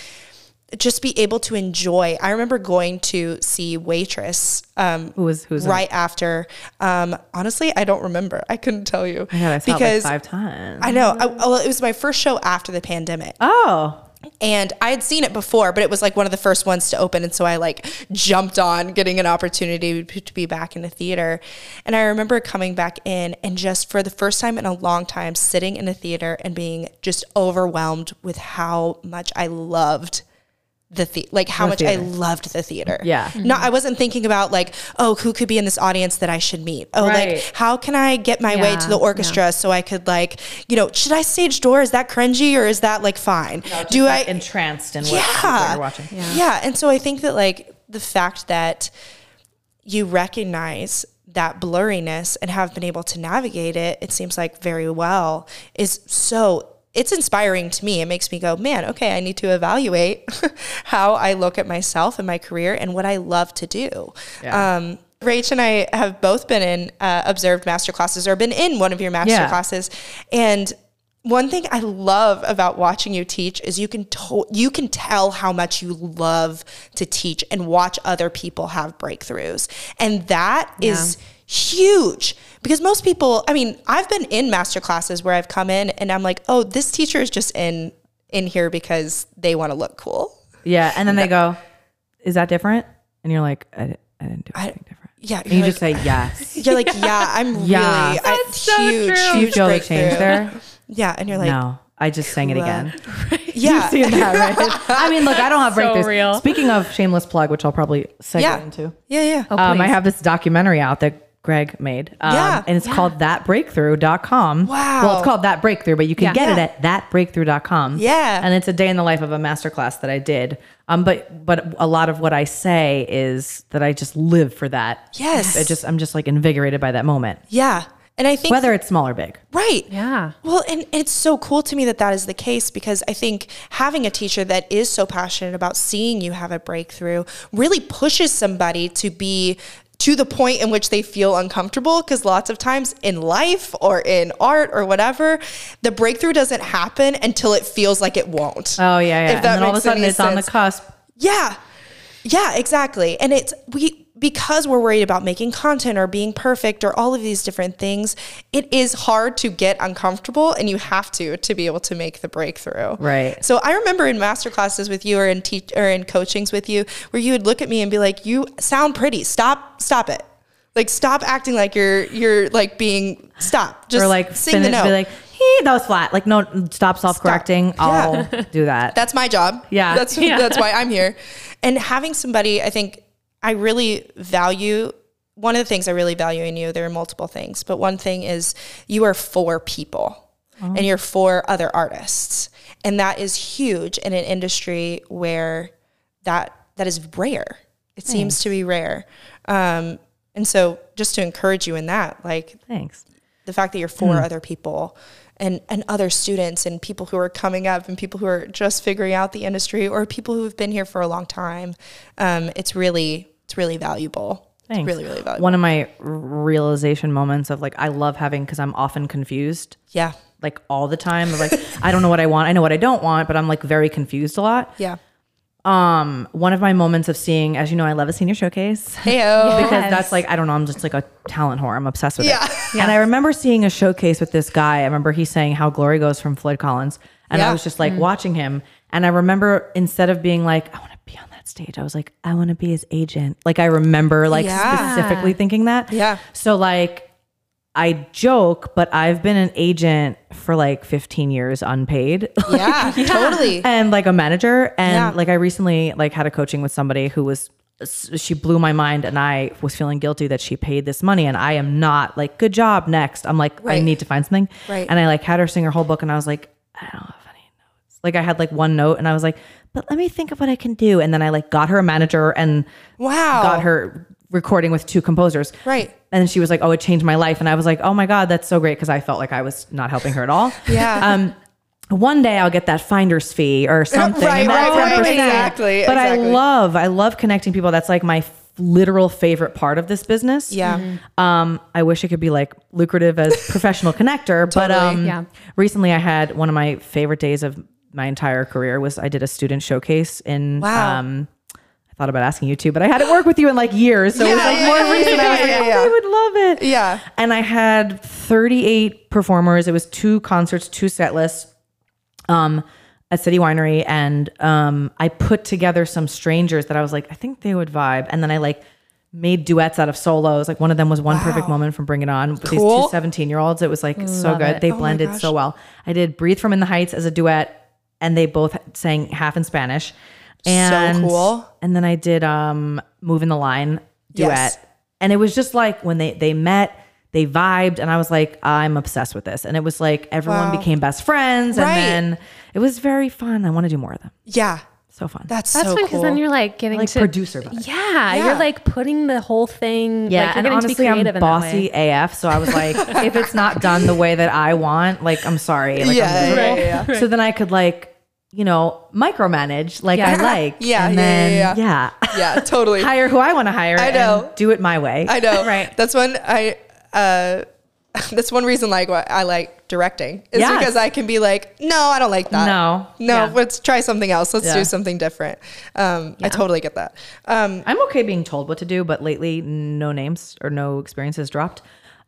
S2: just be able to enjoy. I remember going to see Waitress um,
S3: Who was who's
S2: right after. Um, honestly, I don't remember. I couldn't tell you
S3: In? I saw it like five times.
S2: I know. I, well, it was my first show after the pandemic,
S3: oh,
S2: and I had seen it before, but it was like one of the first ones to open, and so I like jumped on getting an opportunity p- to be back in the theater. And I remember coming back in and just for the first time in a long time, sitting in a theater and being just overwhelmed with how much I loved the, the- like how much I
S3: theater.
S2: loved the theater.
S3: Yeah. Mm-hmm.
S2: No, I wasn't thinking about like, oh, who could be in this audience that I should meet? Oh, like
S3: Right.
S2: how can I get my way
S1: Yeah,
S2: to the orchestra so I could like, you know, should I stage door? Is that cringy or is that like fine? Do I
S3: entranced in what,
S2: yeah.
S3: what you're watching?
S2: Yeah. And so I think that like the fact that you recognize that blurriness and have been able to navigate it, it seems like very well is so it's inspiring to me. It makes me go, man, okay, I need to evaluate how I look at myself and my career and what I love to do.
S3: Yeah.
S2: Um, Rach and I have both been in uh, observed master classes or been in one of your master
S3: Yeah.
S2: classes. And one thing I love about watching you teach is you can to- you can tell how much you love to teach and watch other people have breakthroughs. And that is huge because most people, I mean, I've been in master classes where I've come in and I'm like, "Oh, this teacher is just in in here because they want to look cool."
S3: Yeah, and then they go, "Is that different?" And you're like, "I, di- I didn't do anything different."
S2: Yeah,
S3: And you
S2: you're
S3: just
S2: like,
S3: say yes.
S2: you're like, yeah, I'm
S3: Yeah.
S2: really I- huge,
S3: Do
S2: huge
S3: you feel the
S2: breakthrough.
S3: change there?
S2: Yeah, and you're like,
S3: no, I just sang it again.
S2: yeah,
S3: Seeing that, right? I mean, look, I don't have
S1: So
S3: breakthroughs.
S1: real.
S3: Speaking of shameless plug, which I'll probably segue
S2: Yeah.
S3: into.
S2: yeah, yeah.
S3: um, I
S1: please.
S3: have this documentary out that Greg made. Um,
S2: Yeah.
S3: And it's called thatbreakthrough.com.
S2: Wow.
S3: Well, it's called That Breakthrough, but you can
S1: Yeah.
S3: get
S2: Yeah.
S3: it at thatbreakthrough.com.
S2: Yeah.
S3: And it's a day in the life of a masterclass that I did. Um, but but a lot of what I say is that I just live for that.
S2: Yes.
S3: I just I'm just like invigorated by that moment,
S2: Yeah. And I think
S3: whether it's small or big.
S2: right.
S1: Yeah.
S2: Well, and it's so cool to me that that is the case because I think having a teacher that is so passionate about seeing you have a breakthrough really pushes somebody to be to the point in which they feel uncomfortable because lots of times in life or in art or whatever, the breakthrough doesn't happen until it feels like it won't.
S3: Oh yeah, yeah.
S2: If
S3: and
S2: that
S3: then all of a
S2: makes
S3: sudden
S2: any
S3: it's on the
S2: sense.
S3: cusp.
S2: Yeah. Yeah, exactly. And it's we because we're worried about making content or being perfect or all of these different things, it is hard to get uncomfortable and you have to to be able to make the breakthrough.
S3: Right.
S2: So I remember in master classes with you or in teach or in coachings with you where you would look at me and be like, "You sound pretty. Stop stop it." Like stop acting like you're you're like being stop. Just
S3: or like
S2: sing
S3: finish,
S2: the note.
S3: be like, hey, that was flat. Like no, stop self correcting. I'll do that.
S2: that's my job.
S3: Yeah.
S2: That's that's why I'm here. And having somebody, I think I really value one of the things I really value in you, there are multiple things, but one thing is you are for people
S3: Oh.
S2: and you're for other artists. And that is huge in an industry where that that is rare. It
S3: Hmm.
S2: seems to be rare. Um, and so just to encourage you in that, like
S3: Thanks.
S2: the fact that you're for other people and and other students and people who are coming up and people who are just figuring out the industry or people who have been here for a long time um, it's really it's really valuable
S3: Thanks.
S2: it's really really valuable
S3: One of my r- realization moments of like, I love having, because I'm often confused
S2: yeah
S3: like all the time. Of, like, I don't know what I want. I know what I don't want, but I'm like very confused a lot.
S2: yeah
S3: Um, one of my moments of seeing, as you know, I love a senior showcase.
S2: heyo
S3: because that's like I don't know. I'm just like a talent whore. I'm obsessed with
S2: Yeah.
S3: it. And I remember seeing a showcase with this guy. I remember he saying how glory goes from Floyd Collins, and
S2: Yeah.
S3: I was just like watching him. And I remember instead of being like, I want to be on that stage, I was like, I want to be his agent. Like I remember like
S2: Yeah.
S3: specifically thinking that.
S2: Yeah.
S3: So like. I joke, but I've been an agent for like 15 years unpaid.
S2: yeah, totally
S3: and like a manager and
S2: Yeah.
S3: like i recently like had a coaching with somebody who was she blew my mind and i was feeling guilty that she paid this money and i am not like good job next i'm like i
S2: Right.
S3: need to find something
S2: Right.
S3: and i like had her sing her whole book and i was like i don't have any notes like i had like one note and i was like but let me think of what i can do and then i like got her a manager and
S2: wow
S3: got her recording with two composers
S2: Right.
S3: and then she was like oh it changed my life and i was like oh my god that's so great because i felt like i was not helping her at all
S2: yeah
S3: um, one day I'll get that finder's fee or something.
S2: right,
S3: and that's
S2: right, right,
S3: 10%.
S2: exactly,
S3: But
S2: exactly.
S3: I love, I love connecting people. That's like my f- literal favorite part of this business.
S2: yeah
S3: Um, I wish it could be like lucrative as professional connector, but um,
S1: Yeah.
S3: recently I had one of my favorite days of my entire career was I did a student showcase in.
S2: Wow.
S3: Um, I thought about asking you too, but I hadn't worked with you in like years, so it was
S2: Yeah,
S3: like
S2: yeah,
S3: more
S2: yeah,
S3: recent. I was
S2: yeah,
S3: like,
S2: yeah,
S3: oh,
S2: yeah.
S3: I would love it.
S2: Yeah.
S3: And I had 38 performers. It was two concerts, two set lists um, at City Winery. And um, I put together some strangers that I was like, I think they would vibe. And then I like made duets out of solos. Like one of them was One Perfect Moment from Bring It On. with These
S2: Cool. Oh
S3: two 17 year olds. It was like so good. They blended so well. I did Breathe from In the Heights as a duet, and they both sang half in Spanish. And
S2: cool.
S3: and then I did um Move in the Line duet.
S2: Yes.
S3: And it was just like when they they met, they vibed and I was like I'm obsessed with this. And it was like everyone became best friends
S2: Right.
S3: and then it was very fun. I want to do more of them.
S2: Yeah.
S3: So fun.
S2: That's,
S1: That's
S2: so
S1: fun because
S2: cool.
S1: then you're like getting
S3: like
S1: to
S3: producer vibes.
S1: Yeah,
S2: Yeah.
S1: you're like putting the whole thing. like,
S3: Yeah,
S1: you're
S3: and
S1: getting to
S3: honestly,
S1: be
S3: I'm
S1: creative in that way.
S3: bossy AF, so I was like, if it's not done the way that I want, like, I'm sorry. Like,
S2: Yeah,
S3: I'm miserable.
S2: yeah, yeah,
S3: So then I could like, you know, micromanage like
S1: Yeah.
S3: I like.
S2: Yeah,
S3: and
S2: yeah, yeah,
S3: then,
S2: yeah. yeah, totally.
S3: hire who I want to hire.
S2: I know.
S3: and do it my way.
S2: I know.
S1: Right.
S2: That's when I. Uh, that's one reason, like, why I like directing is
S3: Yes.
S2: because I can be like, no, I don't like that.
S3: No.
S2: no,
S3: Yeah.
S2: let's try something else. Let's do
S3: Yeah.
S2: something different. Um, I totally get that. Um,
S3: I'm okay being told what to do, but lately, no names or no experiences dropped.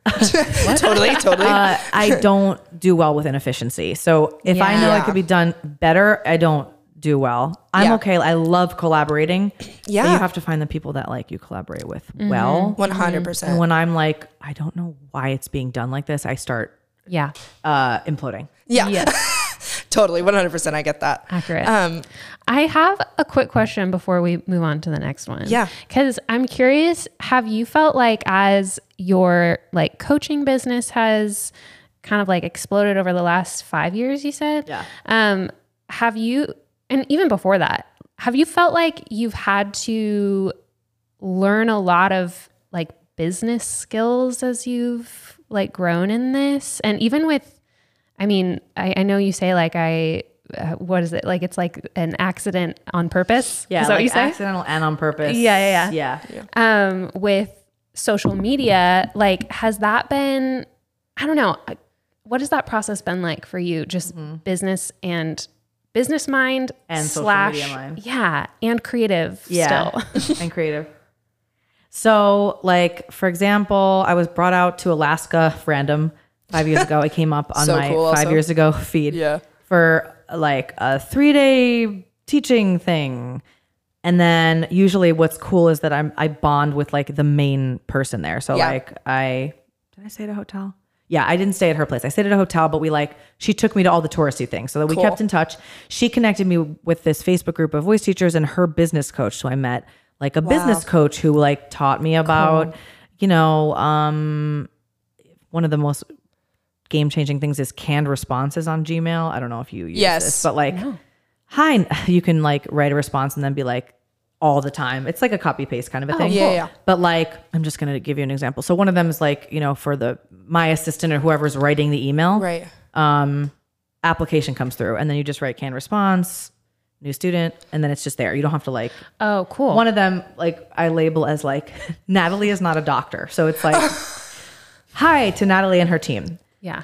S2: totally, totally.
S3: Uh, I don't do well with inefficiency. So if I know
S2: Yeah.
S3: it could be done better, I don't do well. I'm
S2: Yeah.
S3: okay. I love collaborating. But
S2: Yeah.
S3: you have to find the people that like you collaborate with
S1: Mm-hmm.
S3: well.
S2: One hundred
S3: And
S2: percent.
S3: when I'm like, I don't know why it's being done like this, I start
S1: Yeah,
S3: uh, imploding.
S2: Yeah, totally. One hundred percent. I get that.
S1: accurate.
S2: Um,
S1: I have a quick question before we move on to the next one.
S2: Yeah.
S1: Cause I'm curious, have you felt like as your like coaching business has kind of like exploded over the last five years, you said?
S3: Yeah.
S1: Um, have you and even before that, have you felt like you've had to learn a lot of like business skills as you've like grown in this? And even with I mean, I, I know you say like I, uh, what is it like? It's like an accident on purpose. is that what you say?
S3: accidental and on purpose.
S1: Yeah, yeah,
S3: yeah. Yeah.
S1: Um, with social media, like has that been? I don't know. uh, What has that process been like for you? Just business and business mind
S3: Mm-hmm. And social
S1: slash
S3: media mind.
S1: yeah, and creative. still.
S3: and creative. So, like for example, I was brought out to Alaska random five years ago. It came up on
S2: So
S3: my
S2: cool
S3: five
S2: also.
S3: years ago feed
S2: Yeah.
S3: for like a three day teaching thing. And then usually, what's cool is that I'm I bond with like the main person there. So
S2: Yeah.
S3: like I did I stay at a hotel? Yeah, I didn't stay at her place. I stayed at a hotel, but we like she took me to all the touristy things so that we
S2: Cool.
S3: kept in touch. She connected me with this Facebook group of voice teachers and her business coach. So I met like a business coach who like taught me about, you know, um one of the most game changing things is canned responses on Gmail. I don't know if you use
S2: Yes.
S3: this, but like hi you can like write a response and then be like all the time it's like a copy paste kind of a thing
S2: Oh, yeah, yeah.
S3: but like i'm just gonna give you an example so one of them is like you know for the my assistant or whoever's writing the email
S2: Right.
S3: um application comes through and then you just write canned response new student and then it's just there you don't have to like
S1: Oh, cool.
S3: one of them like i label as like natalie is not a doctor so it's like hi to natalie and her team
S1: yeah.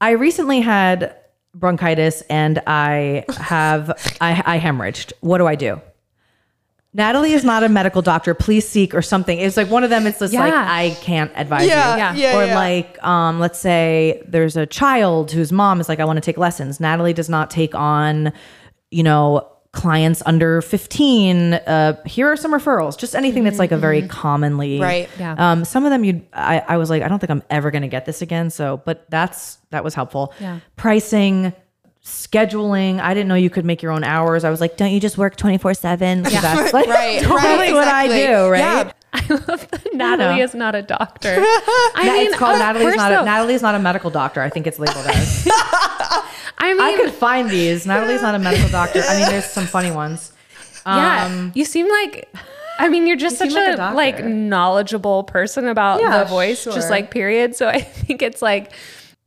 S3: I recently had bronchitis and I have I, I hemorrhaged. What do I do? Natalie is not a medical doctor. Please seek or something. It's like one of them. It's just like
S1: Yeah.
S3: I can't advise
S2: Yeah,
S3: you.
S2: yeah, yeah,
S3: or
S2: yeah.
S3: like, um, let's say there's a child whose mom is like, I want to take lessons. Natalie does not take on, you know, clients under 15. Uh, here are some referrals. Just anything that's like a very commonly
S2: Mm-hmm. Right.
S1: Yeah.
S3: um, some of them you I, I was like, I don't think I'm ever gonna get this again. So, but that's that was helpful.
S1: Yeah.
S3: Pricing, scheduling. I didn't know you could make your own hours. I was like, don't you just work twenty four seven? That's like
S2: Right.
S3: totally
S2: right,
S3: what I
S2: exactly.
S3: do, right?
S2: Yeah.
S1: Natalie
S3: know.
S1: is not a doctor. I
S3: That-
S1: mean, uh,
S3: it's called
S1: of
S3: Natalie's
S1: course
S3: not
S1: so.
S3: a, Natalie's not a medical doctor. I think it's labeled as.
S1: I mean,
S3: I could find these. Natalie's not a medical doctor. I mean, there's some funny ones. Um,
S1: Yeah, you seem like. I mean, you're just
S3: You
S1: such
S3: seem like
S1: a,
S3: a doctor.
S1: like knowledgeable person about
S3: Yeah,
S1: the voice,
S3: sure.
S1: just like period. So I think it's like,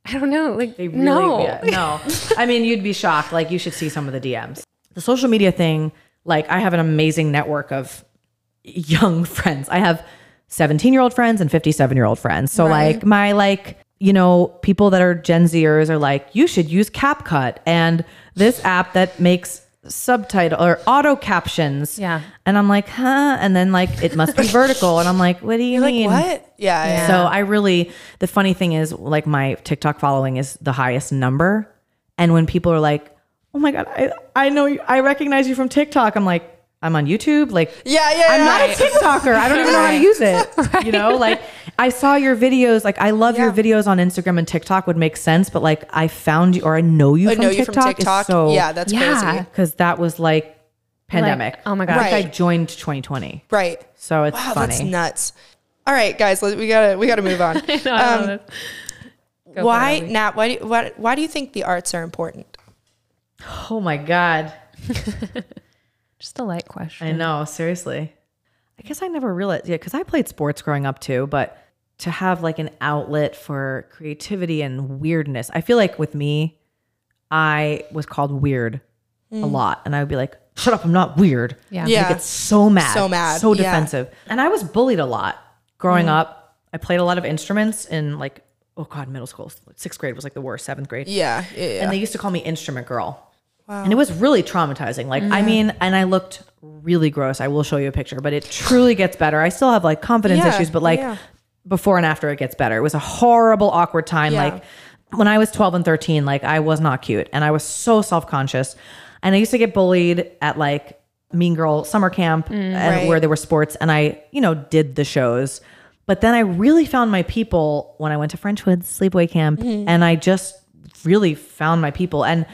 S1: I don't know, like
S3: They really
S1: no,
S3: yeah, no. I mean, you'd be shocked. Like you should see some of the DMs. The social media thing. Like I have an amazing network of young friends. I have 17 year old friends and 57 year old friends. So like my like you know, people that are Gen Zers are like, you should use CapCut and this app that makes subtitle or auto captions.
S1: Yeah.
S3: And I'm like, huh? And then like it must be vertical. And I'm like, what do you
S2: Like
S3: mean?
S2: what? Yeah. yeah.
S3: So I really, the funny thing is, like my TikTok following is the highest number, and when people are like, "Oh my god, I I know you, I recognize you from TikTok," I'm like, "I'm on YouTube." Like,
S2: Yeah, yeah,
S3: I'm not
S2: right.
S3: a TikToker. I don't even know how to use it. You know, like I saw your videos. Like I love your
S2: Yeah.
S3: videos on Instagram and TikTok would make sense, but like I found you or I know you
S2: I
S3: from
S2: know you
S3: TikTok.
S2: from
S3: is
S2: TikTok.
S3: so,
S2: yeah, that's
S1: Yeah.
S2: crazy.
S3: because that was like pandemic.
S1: oh my God.
S3: I think I
S2: Right.
S3: joined 2020,
S2: Right.
S3: so it's
S2: Wow,
S3: funny.
S2: that's nuts. All right, guys, let, we gotta we gotta move on.
S1: No, I
S3: Um,
S1: don't know.
S2: why Nat? Why do why, why do you think the arts are important?
S3: oh my god.
S1: Just a light question.
S3: I know, seriously. I guess I never realized, yeah, because I played sports growing up too, but to have like an outlet for creativity and weirdness, I feel like with me, I was called weird a lot, and I would be like, "Shut up, I'm not weird."
S1: Yeah.
S2: Mm. Yeah.
S3: like, it's so mad,
S2: So mad,
S3: so
S2: yeah. Mm.
S3: defensive. And I was bullied a lot growing up. I played a lot of instruments in like, oh god, middle school, sixth grade was like the worst, seventh grade
S2: Yeah, yeah, yeah.
S3: and they used to call me instrument girl and it was really traumatizing like i mean and i looked really gross i will show you a picture but it truly gets better i still have like confidence
S2: Yeah,
S3: issues but like
S2: yeah.
S3: before and after it gets better it was a horrible awkward time
S2: Yeah.
S3: like when i was 12 and 13 like i was not cute and i was so self-conscious and i used to get bullied at like mean girl summer camp and
S2: Right.
S3: where there were sports and i you know did the shows but then i really found my people when i went to frenchwood sleepaway camp and i just really found my people and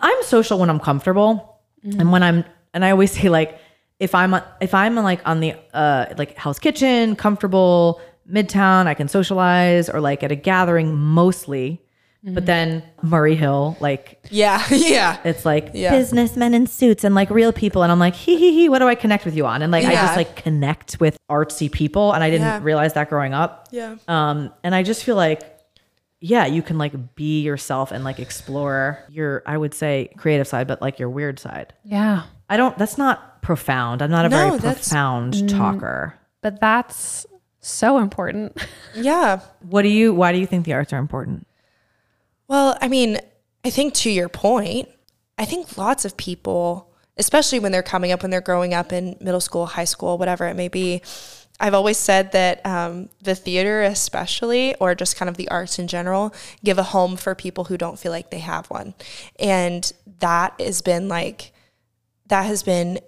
S3: i'm social when i'm comfortable and when i'm and i always say like if i'm if i'm like on the uh like hell's kitchen comfortable midtown i can socialize or like at a gathering mostly but then murray hill like
S2: yeah, yeah.
S3: it's like
S2: Yeah.
S3: businessmen in suits and like real people. And I'm like, hee hee hee, what do I connect with you on? And like, I
S2: Yeah.
S3: just like connect with artsy people. And I didn't
S2: Yeah.
S3: realize that growing up.
S2: Yeah.
S3: Um, and I just feel like, yeah, you can like be yourself and like explore your, I would say creative side, but like your weird side.
S1: Yeah.
S3: I don't, that's not profound. I'm not a
S2: No,
S3: very
S2: that's-
S3: profound talker.
S1: But that's so important.
S2: Yeah.
S3: What do you, why do you think the arts are important?
S2: Well, I mean, I think to your point, I think lots of people, especially when they're coming up, when they're growing up in middle school, high school, whatever it may be, I've always said that um, the theater, especially, or just kind of the arts in general, give a home for people who don't feel like they have one. And that has been like, that has been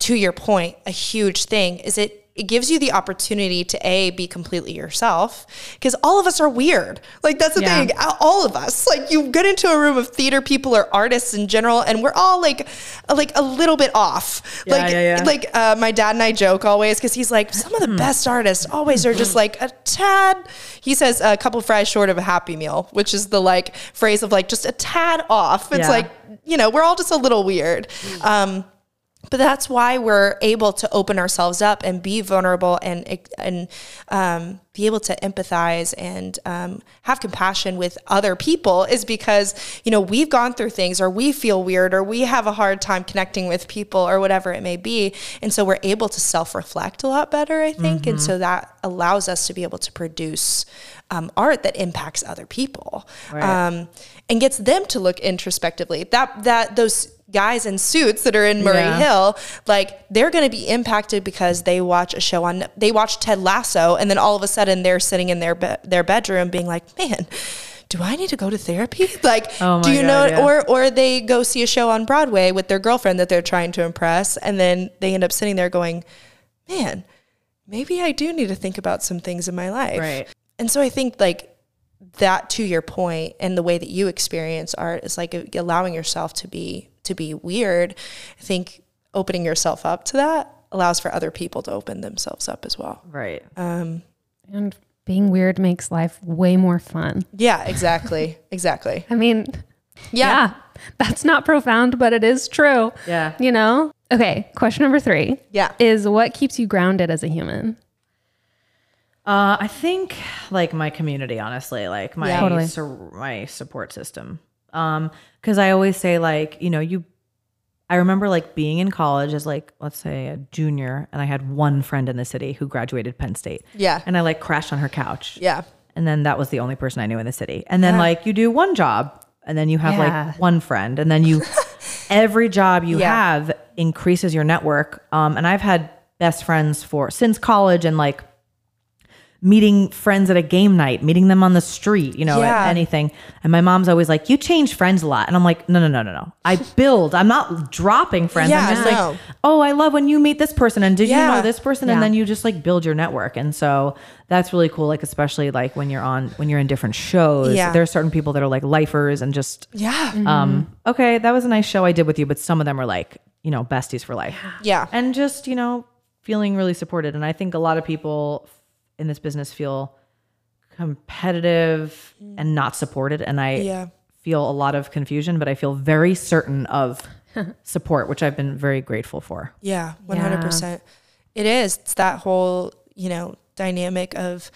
S2: to your point, a huge thing is it it gives you the opportunity to a be completely yourself because all of us are weird. Like that's the
S1: Yeah.
S2: thing, a- all of us. Like you get into a room of theater people or artists in general, and we're all like, a- like a little bit off. like,
S3: yeah, Hmm. yeah.
S2: like uh, my dad and I joke always because he's like, some of the best artists always are just like a tad. He says a couple fries short of a happy meal, which is the like phrase of like just a tad off. It's
S3: Yeah.
S2: like you know we're all just a little weird. Um, but that's why we're able to open ourselves up and be vulnerable and and um, be able to empathize and um, have compassion with other people is because you know we've gone through things or we feel weird or we have a hard time connecting with people or whatever it may be and so we're able to self-reflect a lot better i think and so that allows us to be able to produce um, art that impacts other people um, and gets them to look introspectively that that those guys in suits that are in Murray
S3: Yeah.
S2: Hill, like they're going to be impacted because they watch a show on they watch Ted Lasso, and then all of a sudden they're sitting in their be- their bedroom being like, man. Do I need to go to therapy? Like,
S3: Oh
S2: do
S3: my
S2: you
S3: God,
S2: know?
S3: yeah.
S2: Or, or they go see a show on Broadway with their girlfriend that they're trying to impress, and then they end up sitting there going, "Man, maybe I do need to think about some things in my life."
S3: Right.
S2: And so I think like that to your point and the way that you experience art is like allowing yourself to be to be weird. I think opening yourself up to that allows for other people to open themselves up as well. Um,
S3: Right.
S1: And being weird makes life way more fun.
S2: Yeah, exactly. exactly.
S1: I mean,
S2: Yeah.
S1: yeah, that's not profound, but it is true.
S3: Yeah.
S1: You know? Okay, question number three
S2: Yeah.
S1: is what keeps you grounded as a human?
S3: Uh, I think like my community, honestly, like my
S2: Yeah.
S1: Totally.
S3: sur- my support system. Um, because I always say like you know you, I remember like being in college as like let's say a junior, and I had one friend in the city who graduated Penn State,
S2: Yeah.
S3: and I like crashed on her couch,
S2: Yeah.
S3: And then that was the only person I knew in the city. And then like you do one job and then you have
S1: Yeah.
S3: like one friend and then you every job you
S2: Yeah.
S3: have increases your network. Um and I've had best friends for since college and like meeting friends at a game night, meeting them on the street, you know,
S2: Yeah.
S3: at anything. And my mom's always like, "You change friends a lot," and I'm like, "No, no, no, no, no. I build. I'm not dropping friends.
S2: Yeah,
S3: I'm just
S2: no.
S3: like, oh, I love when you meet this person, and did you
S2: Yeah.
S3: know this person?
S1: Yeah.
S3: And then you just like build your network, and so that's really cool. Like especially like when you're on when you're in different shows,
S2: Yeah.
S3: there are certain people that are like lifers and just
S2: Yeah.
S3: um,
S2: Mm-hmm.
S3: okay, that was a nice show I did with you, but some of them are like you know besties for life
S2: Yeah.
S3: and just you know feeling really supported and i think a lot of people in this business feel competitive and not supported and i
S2: Yeah.
S3: feel a lot of confusion but i feel very certain of support which i've been very grateful for
S2: Yeah, one hundred percent. It is. It's that whole you know dynamic of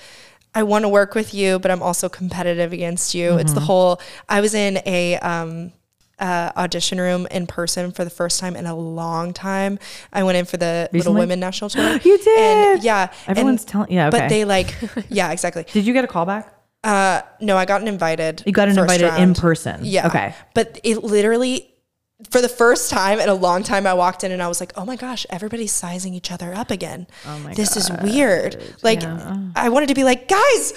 S2: I want to work with you, but I'm also competitive against you. It's
S3: Mm-hmm.
S2: the whole. I was in a. Um, uh, audition room in person for the first time in a long time. I went in for the Little
S3: Recently?
S2: Women national tour.
S3: You did?
S2: and, yeah. and-
S3: Everyone's telling- yeah, okay.
S2: but they like, yeah, exactly.
S3: did you get a call back
S2: Uh, no, I got an invited.
S3: you got an
S2: first
S3: invited in
S2: round.
S3: person
S2: Yeah.
S3: okay
S2: But it literally, for the first time in a long time, I walked in and I was like, oh my gosh, everybody's sizing each other up again. Oh my this is weird. Like, I wanted to be like, guys,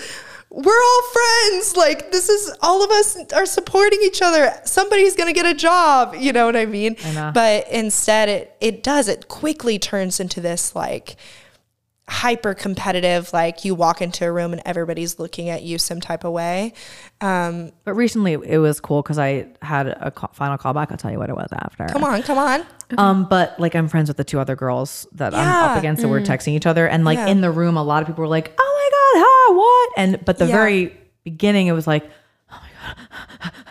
S2: we're all friends. Like, this is all of us are supporting each other. Somebody's going to get a job. You know what I mean? But instead, it, it does. It quickly turns into this, like, hyper competitive like you walk into a room and everybody's looking at you some type of way Um,
S3: but recently it was cool because i had a call, final call back i'll tell you what it was after
S2: come on come on
S3: Um, but like I'm friends with the two other girls that I'm
S2: Yeah. Mm.
S3: up against, and we're texting each other. And like
S2: Yeah.
S3: in the room, a lot of people were like, "Oh my god, huh, what?" And but the
S2: Yeah.
S3: very beginning, it was like,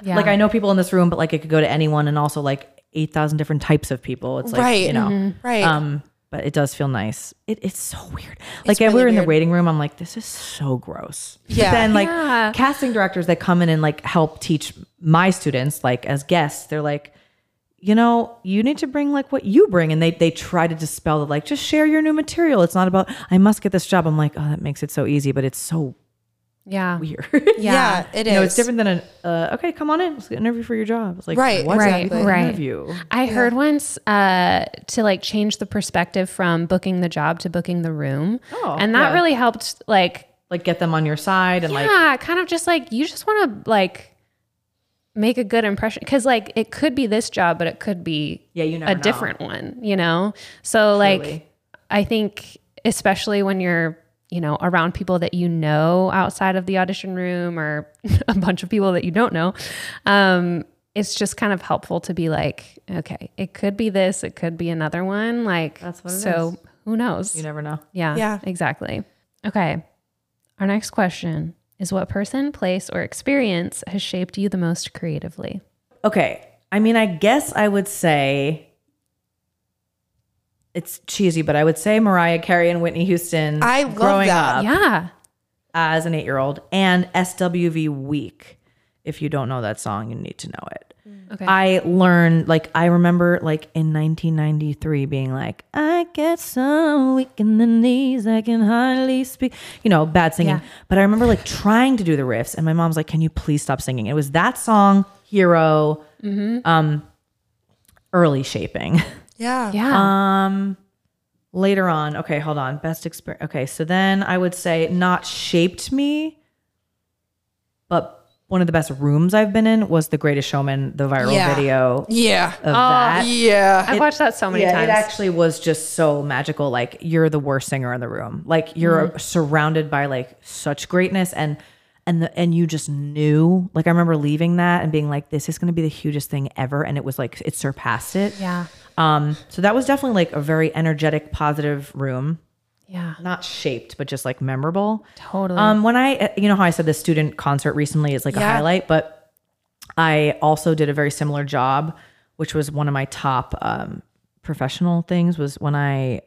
S1: Yeah.
S3: like I know people in this room, but like it could go to anyone, and also like eight thousand different types of people. It's like
S2: Right.
S3: you know,
S2: right
S3: um, but it does feel nice. It, it's so weird. Like if we
S2: really
S3: were in the
S2: weird.
S3: waiting room, I'm like, this is so gross.
S2: Yeah.
S3: But then like
S1: Yeah.
S3: casting directors that come in and like help teach my students, like as guests, they're like, you know, you need to bring like what you bring. And they they try to dispel the like, just share your new material. It's not about I must get this job. I'm like, oh, that makes it so easy, but it's so
S1: yeah.
S3: weird.
S2: Yeah, it is.
S3: You know, it's different than an uh, okay, come on in, let's get an interview for your job. It's like
S2: Right,
S3: what's
S2: Right,
S3: an
S1: right.
S3: interview?
S1: I heard once uh, to like change the perspective from booking the job to booking the room.
S3: Oh,
S1: and that
S3: yeah.
S1: really helped like
S3: Like get them on your side and like
S1: yeah, kind of just like you just want to like make a good impression cuz like it could be this job but it could be
S3: Yeah, you never
S1: a
S3: know.
S1: different one, you know? So like
S3: Truly.
S1: I think especially when you're you know around people that you know outside of the audition room or a bunch of people that you don't know um it's just kind of helpful to be like okay it could be this it could be another one like
S3: That's what it
S1: so
S3: is.
S1: who knows
S3: you never know.
S1: yeah
S2: Yeah.
S1: exactly okay our next question is what person place or experience has shaped you the most creatively
S3: Okay. I mean, I guess I would say it's cheesy, but I would say Mariah Carey and Whitney Houston
S2: I love
S3: growing
S2: that.
S3: up
S1: yeah
S3: as an eight year old and SWV Week. If you don't know that song, you need to know it.
S1: okay
S3: I learned, like, I remember, like, in 1993 being like, I get so weak in the knees, I can hardly speak, you know, bad singing.
S1: Yeah.
S3: But I remember, like, trying to do the riffs, and my mom's like, Can you please stop singing? It was that song, Hero,
S1: Mm-hmm.
S3: um, early shaping.
S2: yeah
S1: yeah
S3: Um, later on, okay, hold on. Best experience. Okay, so then I would say not shaped me, but one of the best rooms I've been in was The Greatest Showman, the viral
S2: Yeah.
S3: video
S2: yeah
S1: Oh,
S3: of that.
S2: yeah
S1: i've watched that so many
S3: yeah,
S1: times
S3: it actually was just so magical. Like you're the worst singer in the room. Like you're
S1: Mm-hmm.
S3: surrounded by like such greatness and and the and you just knew. Like I remember leaving that and being like, this is gonna be the hugest thing ever. And it was like it surpassed it.
S1: yeah
S3: Um, so that was definitely like a very energetic, positive room.
S1: yeah
S3: Not shaped, but just like memorable.
S1: totally
S3: Um, when I, you know how I said the student concert recently is like a
S2: Mm. Yeah.
S3: highlight, but I also did a very similar job, which was one of my top um, professional things was when I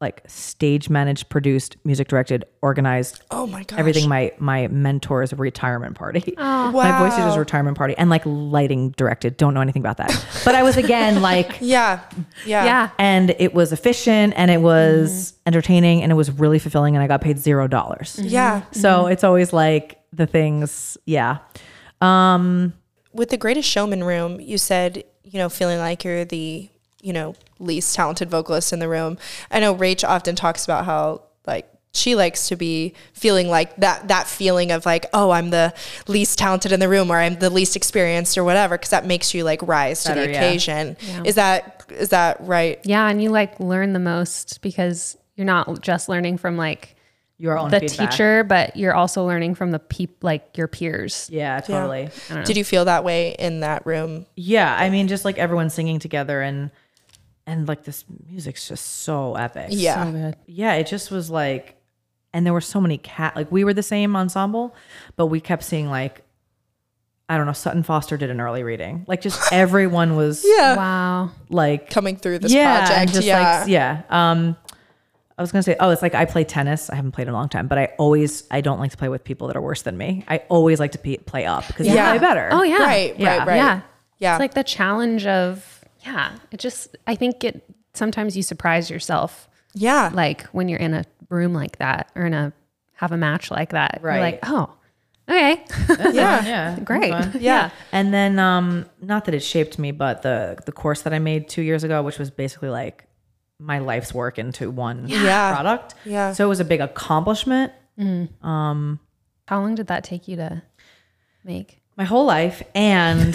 S3: like stage managed, produced, music directed, organized
S2: Oh my gosh.
S3: everything my my mentor's retirement party. My voice teacher's
S2: Wow.
S3: retirement party and like lighting directed. Don't know anything about that. But I was again like
S2: Yeah. Yeah. Mm-hmm.
S1: Yeah.
S3: and it was efficient and it was entertaining and it was really fulfilling and I got paid zero dollars.
S2: Yeah.
S3: So it's always like the things, yeah.
S2: With the greatest showman room, you said, you know, feeling like you're the, you know, least talented vocalist in the room. I know Rach often talks about how like she likes to be feeling like that that feeling of like, oh, I'm the least talented in the room or I'm the least experienced or whatever, because that makes you like rise to
S3: Better,
S2: the
S3: yeah.
S2: occasion. Is that is that right?
S1: Yeah, and you like learn the most because you're not just learning from like
S3: Your own
S1: the
S3: feedback.
S1: teacher, but you're also learning from the peop like your peers.
S3: Yeah, totally.
S2: Did you feel that way in that room?
S3: Yeah, I mean, just like everyone singing together and and like this music's just so epic.
S2: Yeah.
S3: yeah, it just was like, and there were so many cat. Like we were the same ensemble, but we kept seeing like, I don't know. Sutton Foster did an early reading. Like just everyone was
S2: yeah.
S1: Wow.
S3: like
S2: Coming through this
S3: yeah, and
S2: project.
S3: just
S2: yeah.
S3: like yeah. Um, I was gonna say, oh, it's like I play tennis. I haven't played in a long time, but I always I don't like to play with people that are worse than me. I always like to pe- play up because
S2: Yeah.
S3: you play better.
S1: Oh yeah.
S2: Right,
S3: Yeah.
S2: right, right.
S1: Yeah.
S2: Yeah.
S1: It's like the challenge of yeah. It just I think it sometimes you surprise yourself
S2: yeah.
S1: like when you're in a room like that or in a have a match like that. You're
S3: Right.
S1: like, oh, okay.
S2: yeah.
S3: yeah,
S1: Great.
S2: Yeah.
S3: And then, um, not that it shaped me, but the the course that I made two years ago, which was basically like my life's work into one
S2: Yeah.
S3: product.
S2: Yeah.
S3: So it was a big accomplishment.
S1: How long did that take you to make?
S3: My whole life, and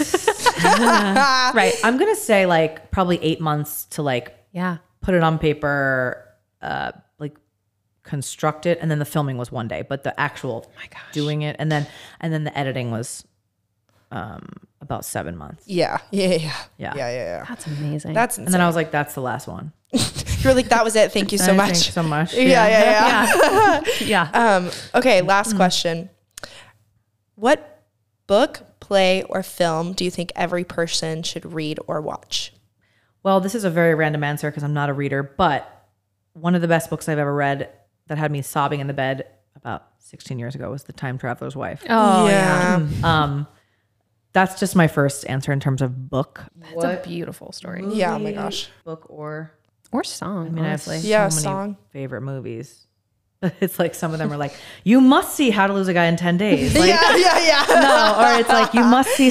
S3: right, I'm gonna say like probably eight months to like
S1: Yeah.
S3: put it on paper, uh, like construct it, and then the filming was one day, but the actual
S2: Oh
S3: doing it, and then and then the editing was um about seven months.
S2: Yeah. Yeah. Yeah. Yeah. Yeah.
S3: Yeah.
S2: Yeah. yeah.
S1: That's amazing.
S2: That's
S3: And then I was like, that's the last one.
S2: you were like, that was it. Thank you so
S3: Thank
S2: much.
S3: you so much. Uh,
S2: Yeah, yeah,
S1: yeah.
S2: yeah. Um,
S3: Mm-hmm.
S2: okay, last question. What book, play, or film do you think every person should read or watch?
S3: Well, this is a very random answer because I'm not a reader, but one of the best books I've ever read that had me sobbing in the bed about 16 years ago was The Time Traveler's Wife.
S1: Oh
S2: yeah.
S3: Um, that's just my first answer in terms of book.
S1: That's a beautiful story.
S2: Yeah, oh my gosh.
S3: Book or
S1: Or song,
S3: I mean, I have
S1: honestly.
S2: Yeah,
S3: so many
S2: song.
S3: favorite movies. It's like some of them are like, you must see How to Lose a Guy in 10 Days. Like,
S2: Yeah, yeah, yeah.
S3: No, or it's like you must see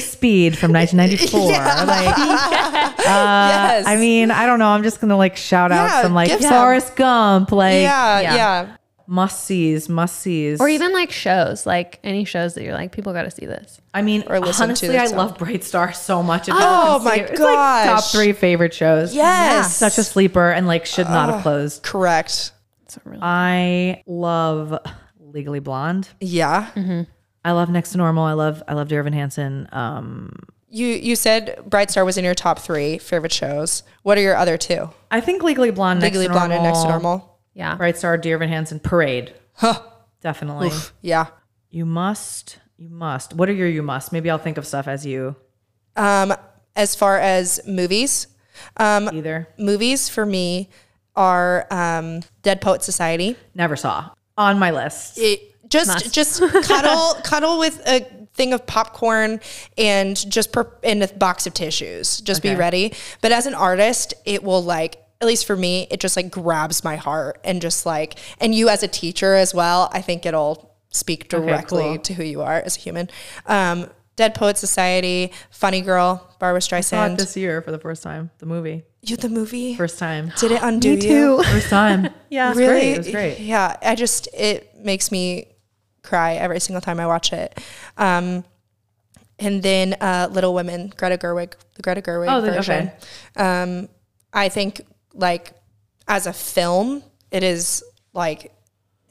S3: Speed from 1994. Like,
S2: yes.
S3: Uh, I mean, I don't know. I'm just gonna like shout out
S2: Yeah,
S3: some like
S2: give some.
S3: Forrest Gump, like
S2: yeah, yeah,
S1: yeah.
S3: must sees, must sees,
S1: Or even like shows, like any shows that you're like, people got to see this.
S3: I mean,
S2: Or listen to
S3: honestly,
S2: the
S3: I
S2: song.
S3: love Bright Star so much. If
S2: Oh
S3: you can see
S2: my
S3: it. it's like top
S2: gosh.
S3: three favorite shows.
S2: Yes.
S3: such a sleeper and like should not have closed.
S2: Correct.
S1: It's a real
S3: I love Legally Blonde.
S2: Yeah.
S3: Mm-hmm. I love Next to Normal. I love I love Dear Evan Hansen. Um,
S2: You you said Bright Star was in your top three favorite shows. What are your other two?
S3: I think Legally Blonde,
S2: Legally
S3: Next to
S2: Blonde
S3: Normal,
S2: and Next to Normal.
S1: yeah.
S3: Bright Star, Dear Evan Hansen, Parade.
S2: Huh.
S3: Definitely.
S2: Yeah.
S3: You must. You must. What are your you must? Maybe I'll think of stuff as you
S2: Um, as far as movies, um,
S3: either.
S2: movies for me are um, Dead Poet Society.
S3: Never saw. On my list.
S2: It- just just cuddle cuddle with a thing of popcorn and just per- and a box of tissues. Just be ready. But as an artist, it will like at least for me, it just like grabs my heart and just like and you as a teacher as well. I think it'll speak directly
S3: cool.
S2: to who you are as a human. Um, Dead Poet Society, Funny Girl, Barbara
S3: Saw it
S2: Streisand.
S3: this year for the first time. The movie.
S2: you the movie
S3: First time.
S2: did it undo you?
S3: First time. yeah. It was
S2: really
S3: great. It was great.
S2: yeah i just it makes me cry every single time i watch it um and then uh little women greta gerwig the greta gerwig
S3: Oh, the-
S2: version
S3: okay.
S2: um i think like as a film it is like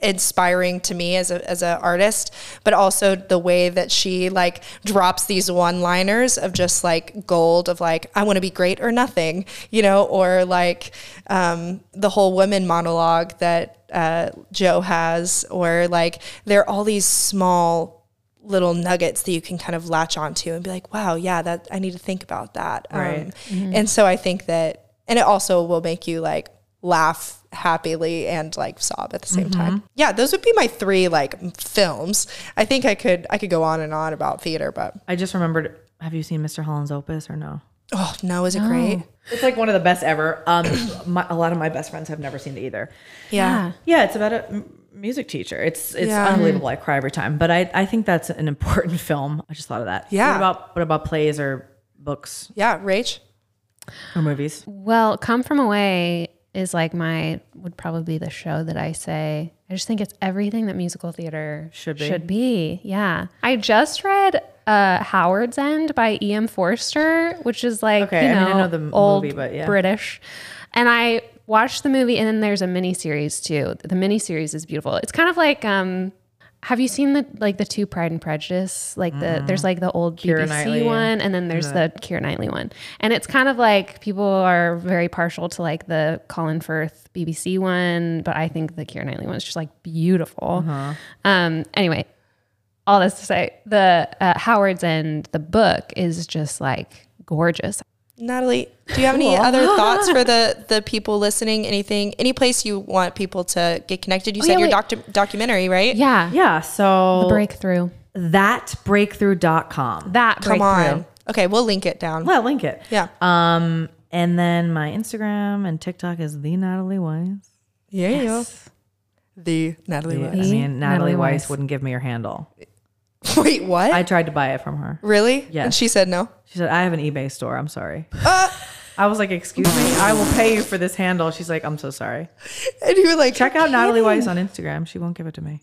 S2: inspiring to me as a as an artist but also the way that she like drops these one liners of just like gold of like i want to be great or nothing you know or like um the whole women monologue that uh joe has or like there are all these small little nuggets that you can kind of latch onto and be like wow yeah that i need to think about that
S1: Mm-hmm.
S3: Right.
S2: and so i think that and it also will make you like laugh happily and like sob at the same
S1: Mm-hmm.
S2: time. Yeah, those would be my three like m- films. I think I could I could go on and on about theater, but
S3: I just remembered. Have you seen Mr. Holland's Opus or no?
S2: oh no, is it great?
S3: It's like one of the best ever. Um, my, a lot of my best friends have never seen it either.
S1: Yeah.
S3: Yeah, it's about a m- music teacher. It's it's
S2: Yeah.
S3: unbelievable. I cry every time. But I I think that's an important film. I just thought of that.
S2: Yeah.
S3: What about what about plays or books
S2: Yeah, Rach.
S3: or movies?
S1: Well, Come From Away is like my would probably be the show that I say. I just think it's everything that musical theater
S3: Should be.
S1: Should be. Yeah. I just read uh, Howard's End by E.M. Forster, which is like
S3: Okay,
S1: you
S3: I
S1: know,
S3: mean, I know the m-
S1: old
S3: movie, but yeah.
S1: British. And I watched the movie and then there's a mini series too. The mini series is beautiful. It's kind of like um have you seen the like the two Pride and Prejudice? Like the there's like the old
S3: Keira
S1: BBC
S3: Knightley, yeah.
S1: one one, and then there's the Keira Knightley one. And it's kind of like people are very partial to like the Colin Firth BBC one, but I think the Keira Knightley one is just like beautiful. Um, anyway, all this to say, the uh, Howard's End, the book is just like gorgeous.
S2: Natalie, do you have any other thoughts for the the people listening? Anything, any place you want people to get connected? You said
S1: Oh, yeah,
S2: your
S1: wait.
S2: docu- documentary, right?
S1: Yeah,
S3: Yeah. So
S1: breakthrough.
S3: thatbreakthrough.com.
S1: That
S2: Come
S1: breakthrough.
S2: on. Okay, we'll link it down.
S3: Well, link it.
S2: yeah.
S3: Um, and then my Instagram and TikTok is the Natalie Weiss.
S2: yeah. The Natalie.
S3: I
S2: Wood.
S3: mean, Natalie
S1: Natalie
S3: Weiss
S1: Weiss.
S3: wouldn't give me her handle.
S2: Wait, what?
S3: I tried to buy it from her.
S2: really?
S3: Yes.
S2: And she said no.
S3: She said, I have an eBay store. I'm sorry. I was like, Excuse me, I will pay you for this handle. She's like, I'm so sorry.
S2: And you were like,
S3: Check out Natalie Weiss on Instagram. She won't give it to me.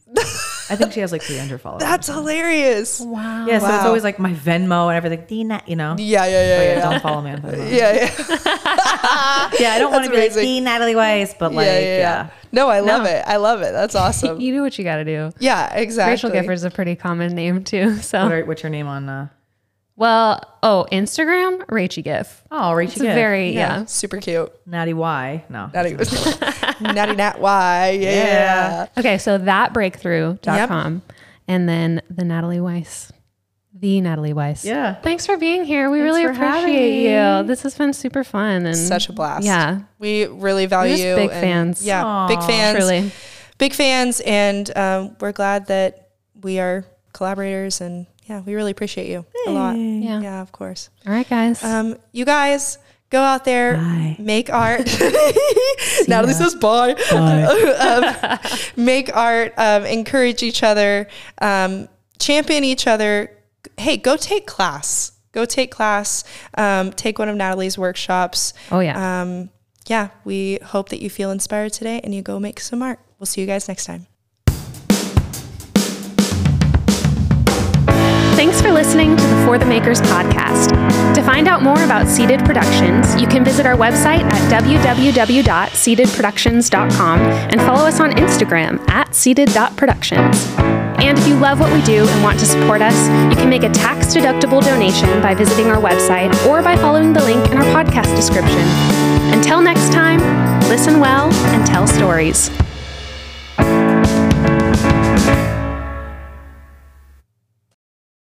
S3: I think she has like 300 followers.
S2: That's hilarious.
S1: Wow.
S3: yeah, so it's
S2: wow.
S3: always like my Venmo and everything. The Nat, you know?
S2: Yeah, yeah, yeah, yeah.
S3: Yeah, don't follow me on Venmo.
S2: Yeah, yeah,
S3: Yeah, I don't want to be like
S2: amazing.
S3: the Natalie Weiss, but like,
S2: yeah, yeah, yeah. No, I love it. I love it. That's awesome.
S1: You do what you got to do.
S2: yeah, exactly.
S1: Rachel Gifford's a pretty common name too.
S3: What
S1: So,
S3: are, what's your name on? Uh,
S1: well, oh, Instagram, Rachie Giff.
S3: oh,
S1: It's
S3: Rachel. Gibb.
S1: very yeah.
S2: Yeah, super cute.
S3: Natty Y. No.
S2: Natty, Natty Nat Y. Yeah.
S3: Yeah.
S1: Okay, so that breakthrough.com and then the Natalie Weiss. The Natalie Weiss.
S3: Yeah.
S1: Thanks for being here. We really
S3: for having
S1: appreciate
S3: me.
S1: you. This has been super fun and
S2: Such a blast.
S1: Yeah.
S2: We really value
S1: We're just
S2: you.
S1: big
S2: and-
S1: fans.
S2: Yeah, big fans.
S1: Truly.
S2: Big fans. And um, we're glad that we are collaborators. And yeah, we really appreciate you a lot.
S1: Yeah.
S2: Yeah, of course.
S1: All right, guys.
S2: Um, you guys go out there,
S3: Bye.
S2: make art. Natalie says bye. um, make art, um, encourage each other, um, champion each other. Hey, go take class. Go take class. Um, take one of Natalie's workshops.
S1: oh yeah.
S2: Um, yeah, we hope that you feel inspired today and you go make some art. We'll see you guys next time.
S1: Thanks for listening to the For the Makers podcast. To find out more about Seated Productions, you can visit our website at www.seededproductions.com and follow us on Instagram at seated.productions. And if you love what we do and want to support us, you can make a tax deductible donation by visiting our website or by following the link in our podcast description. Until next time, listen well and tell stories.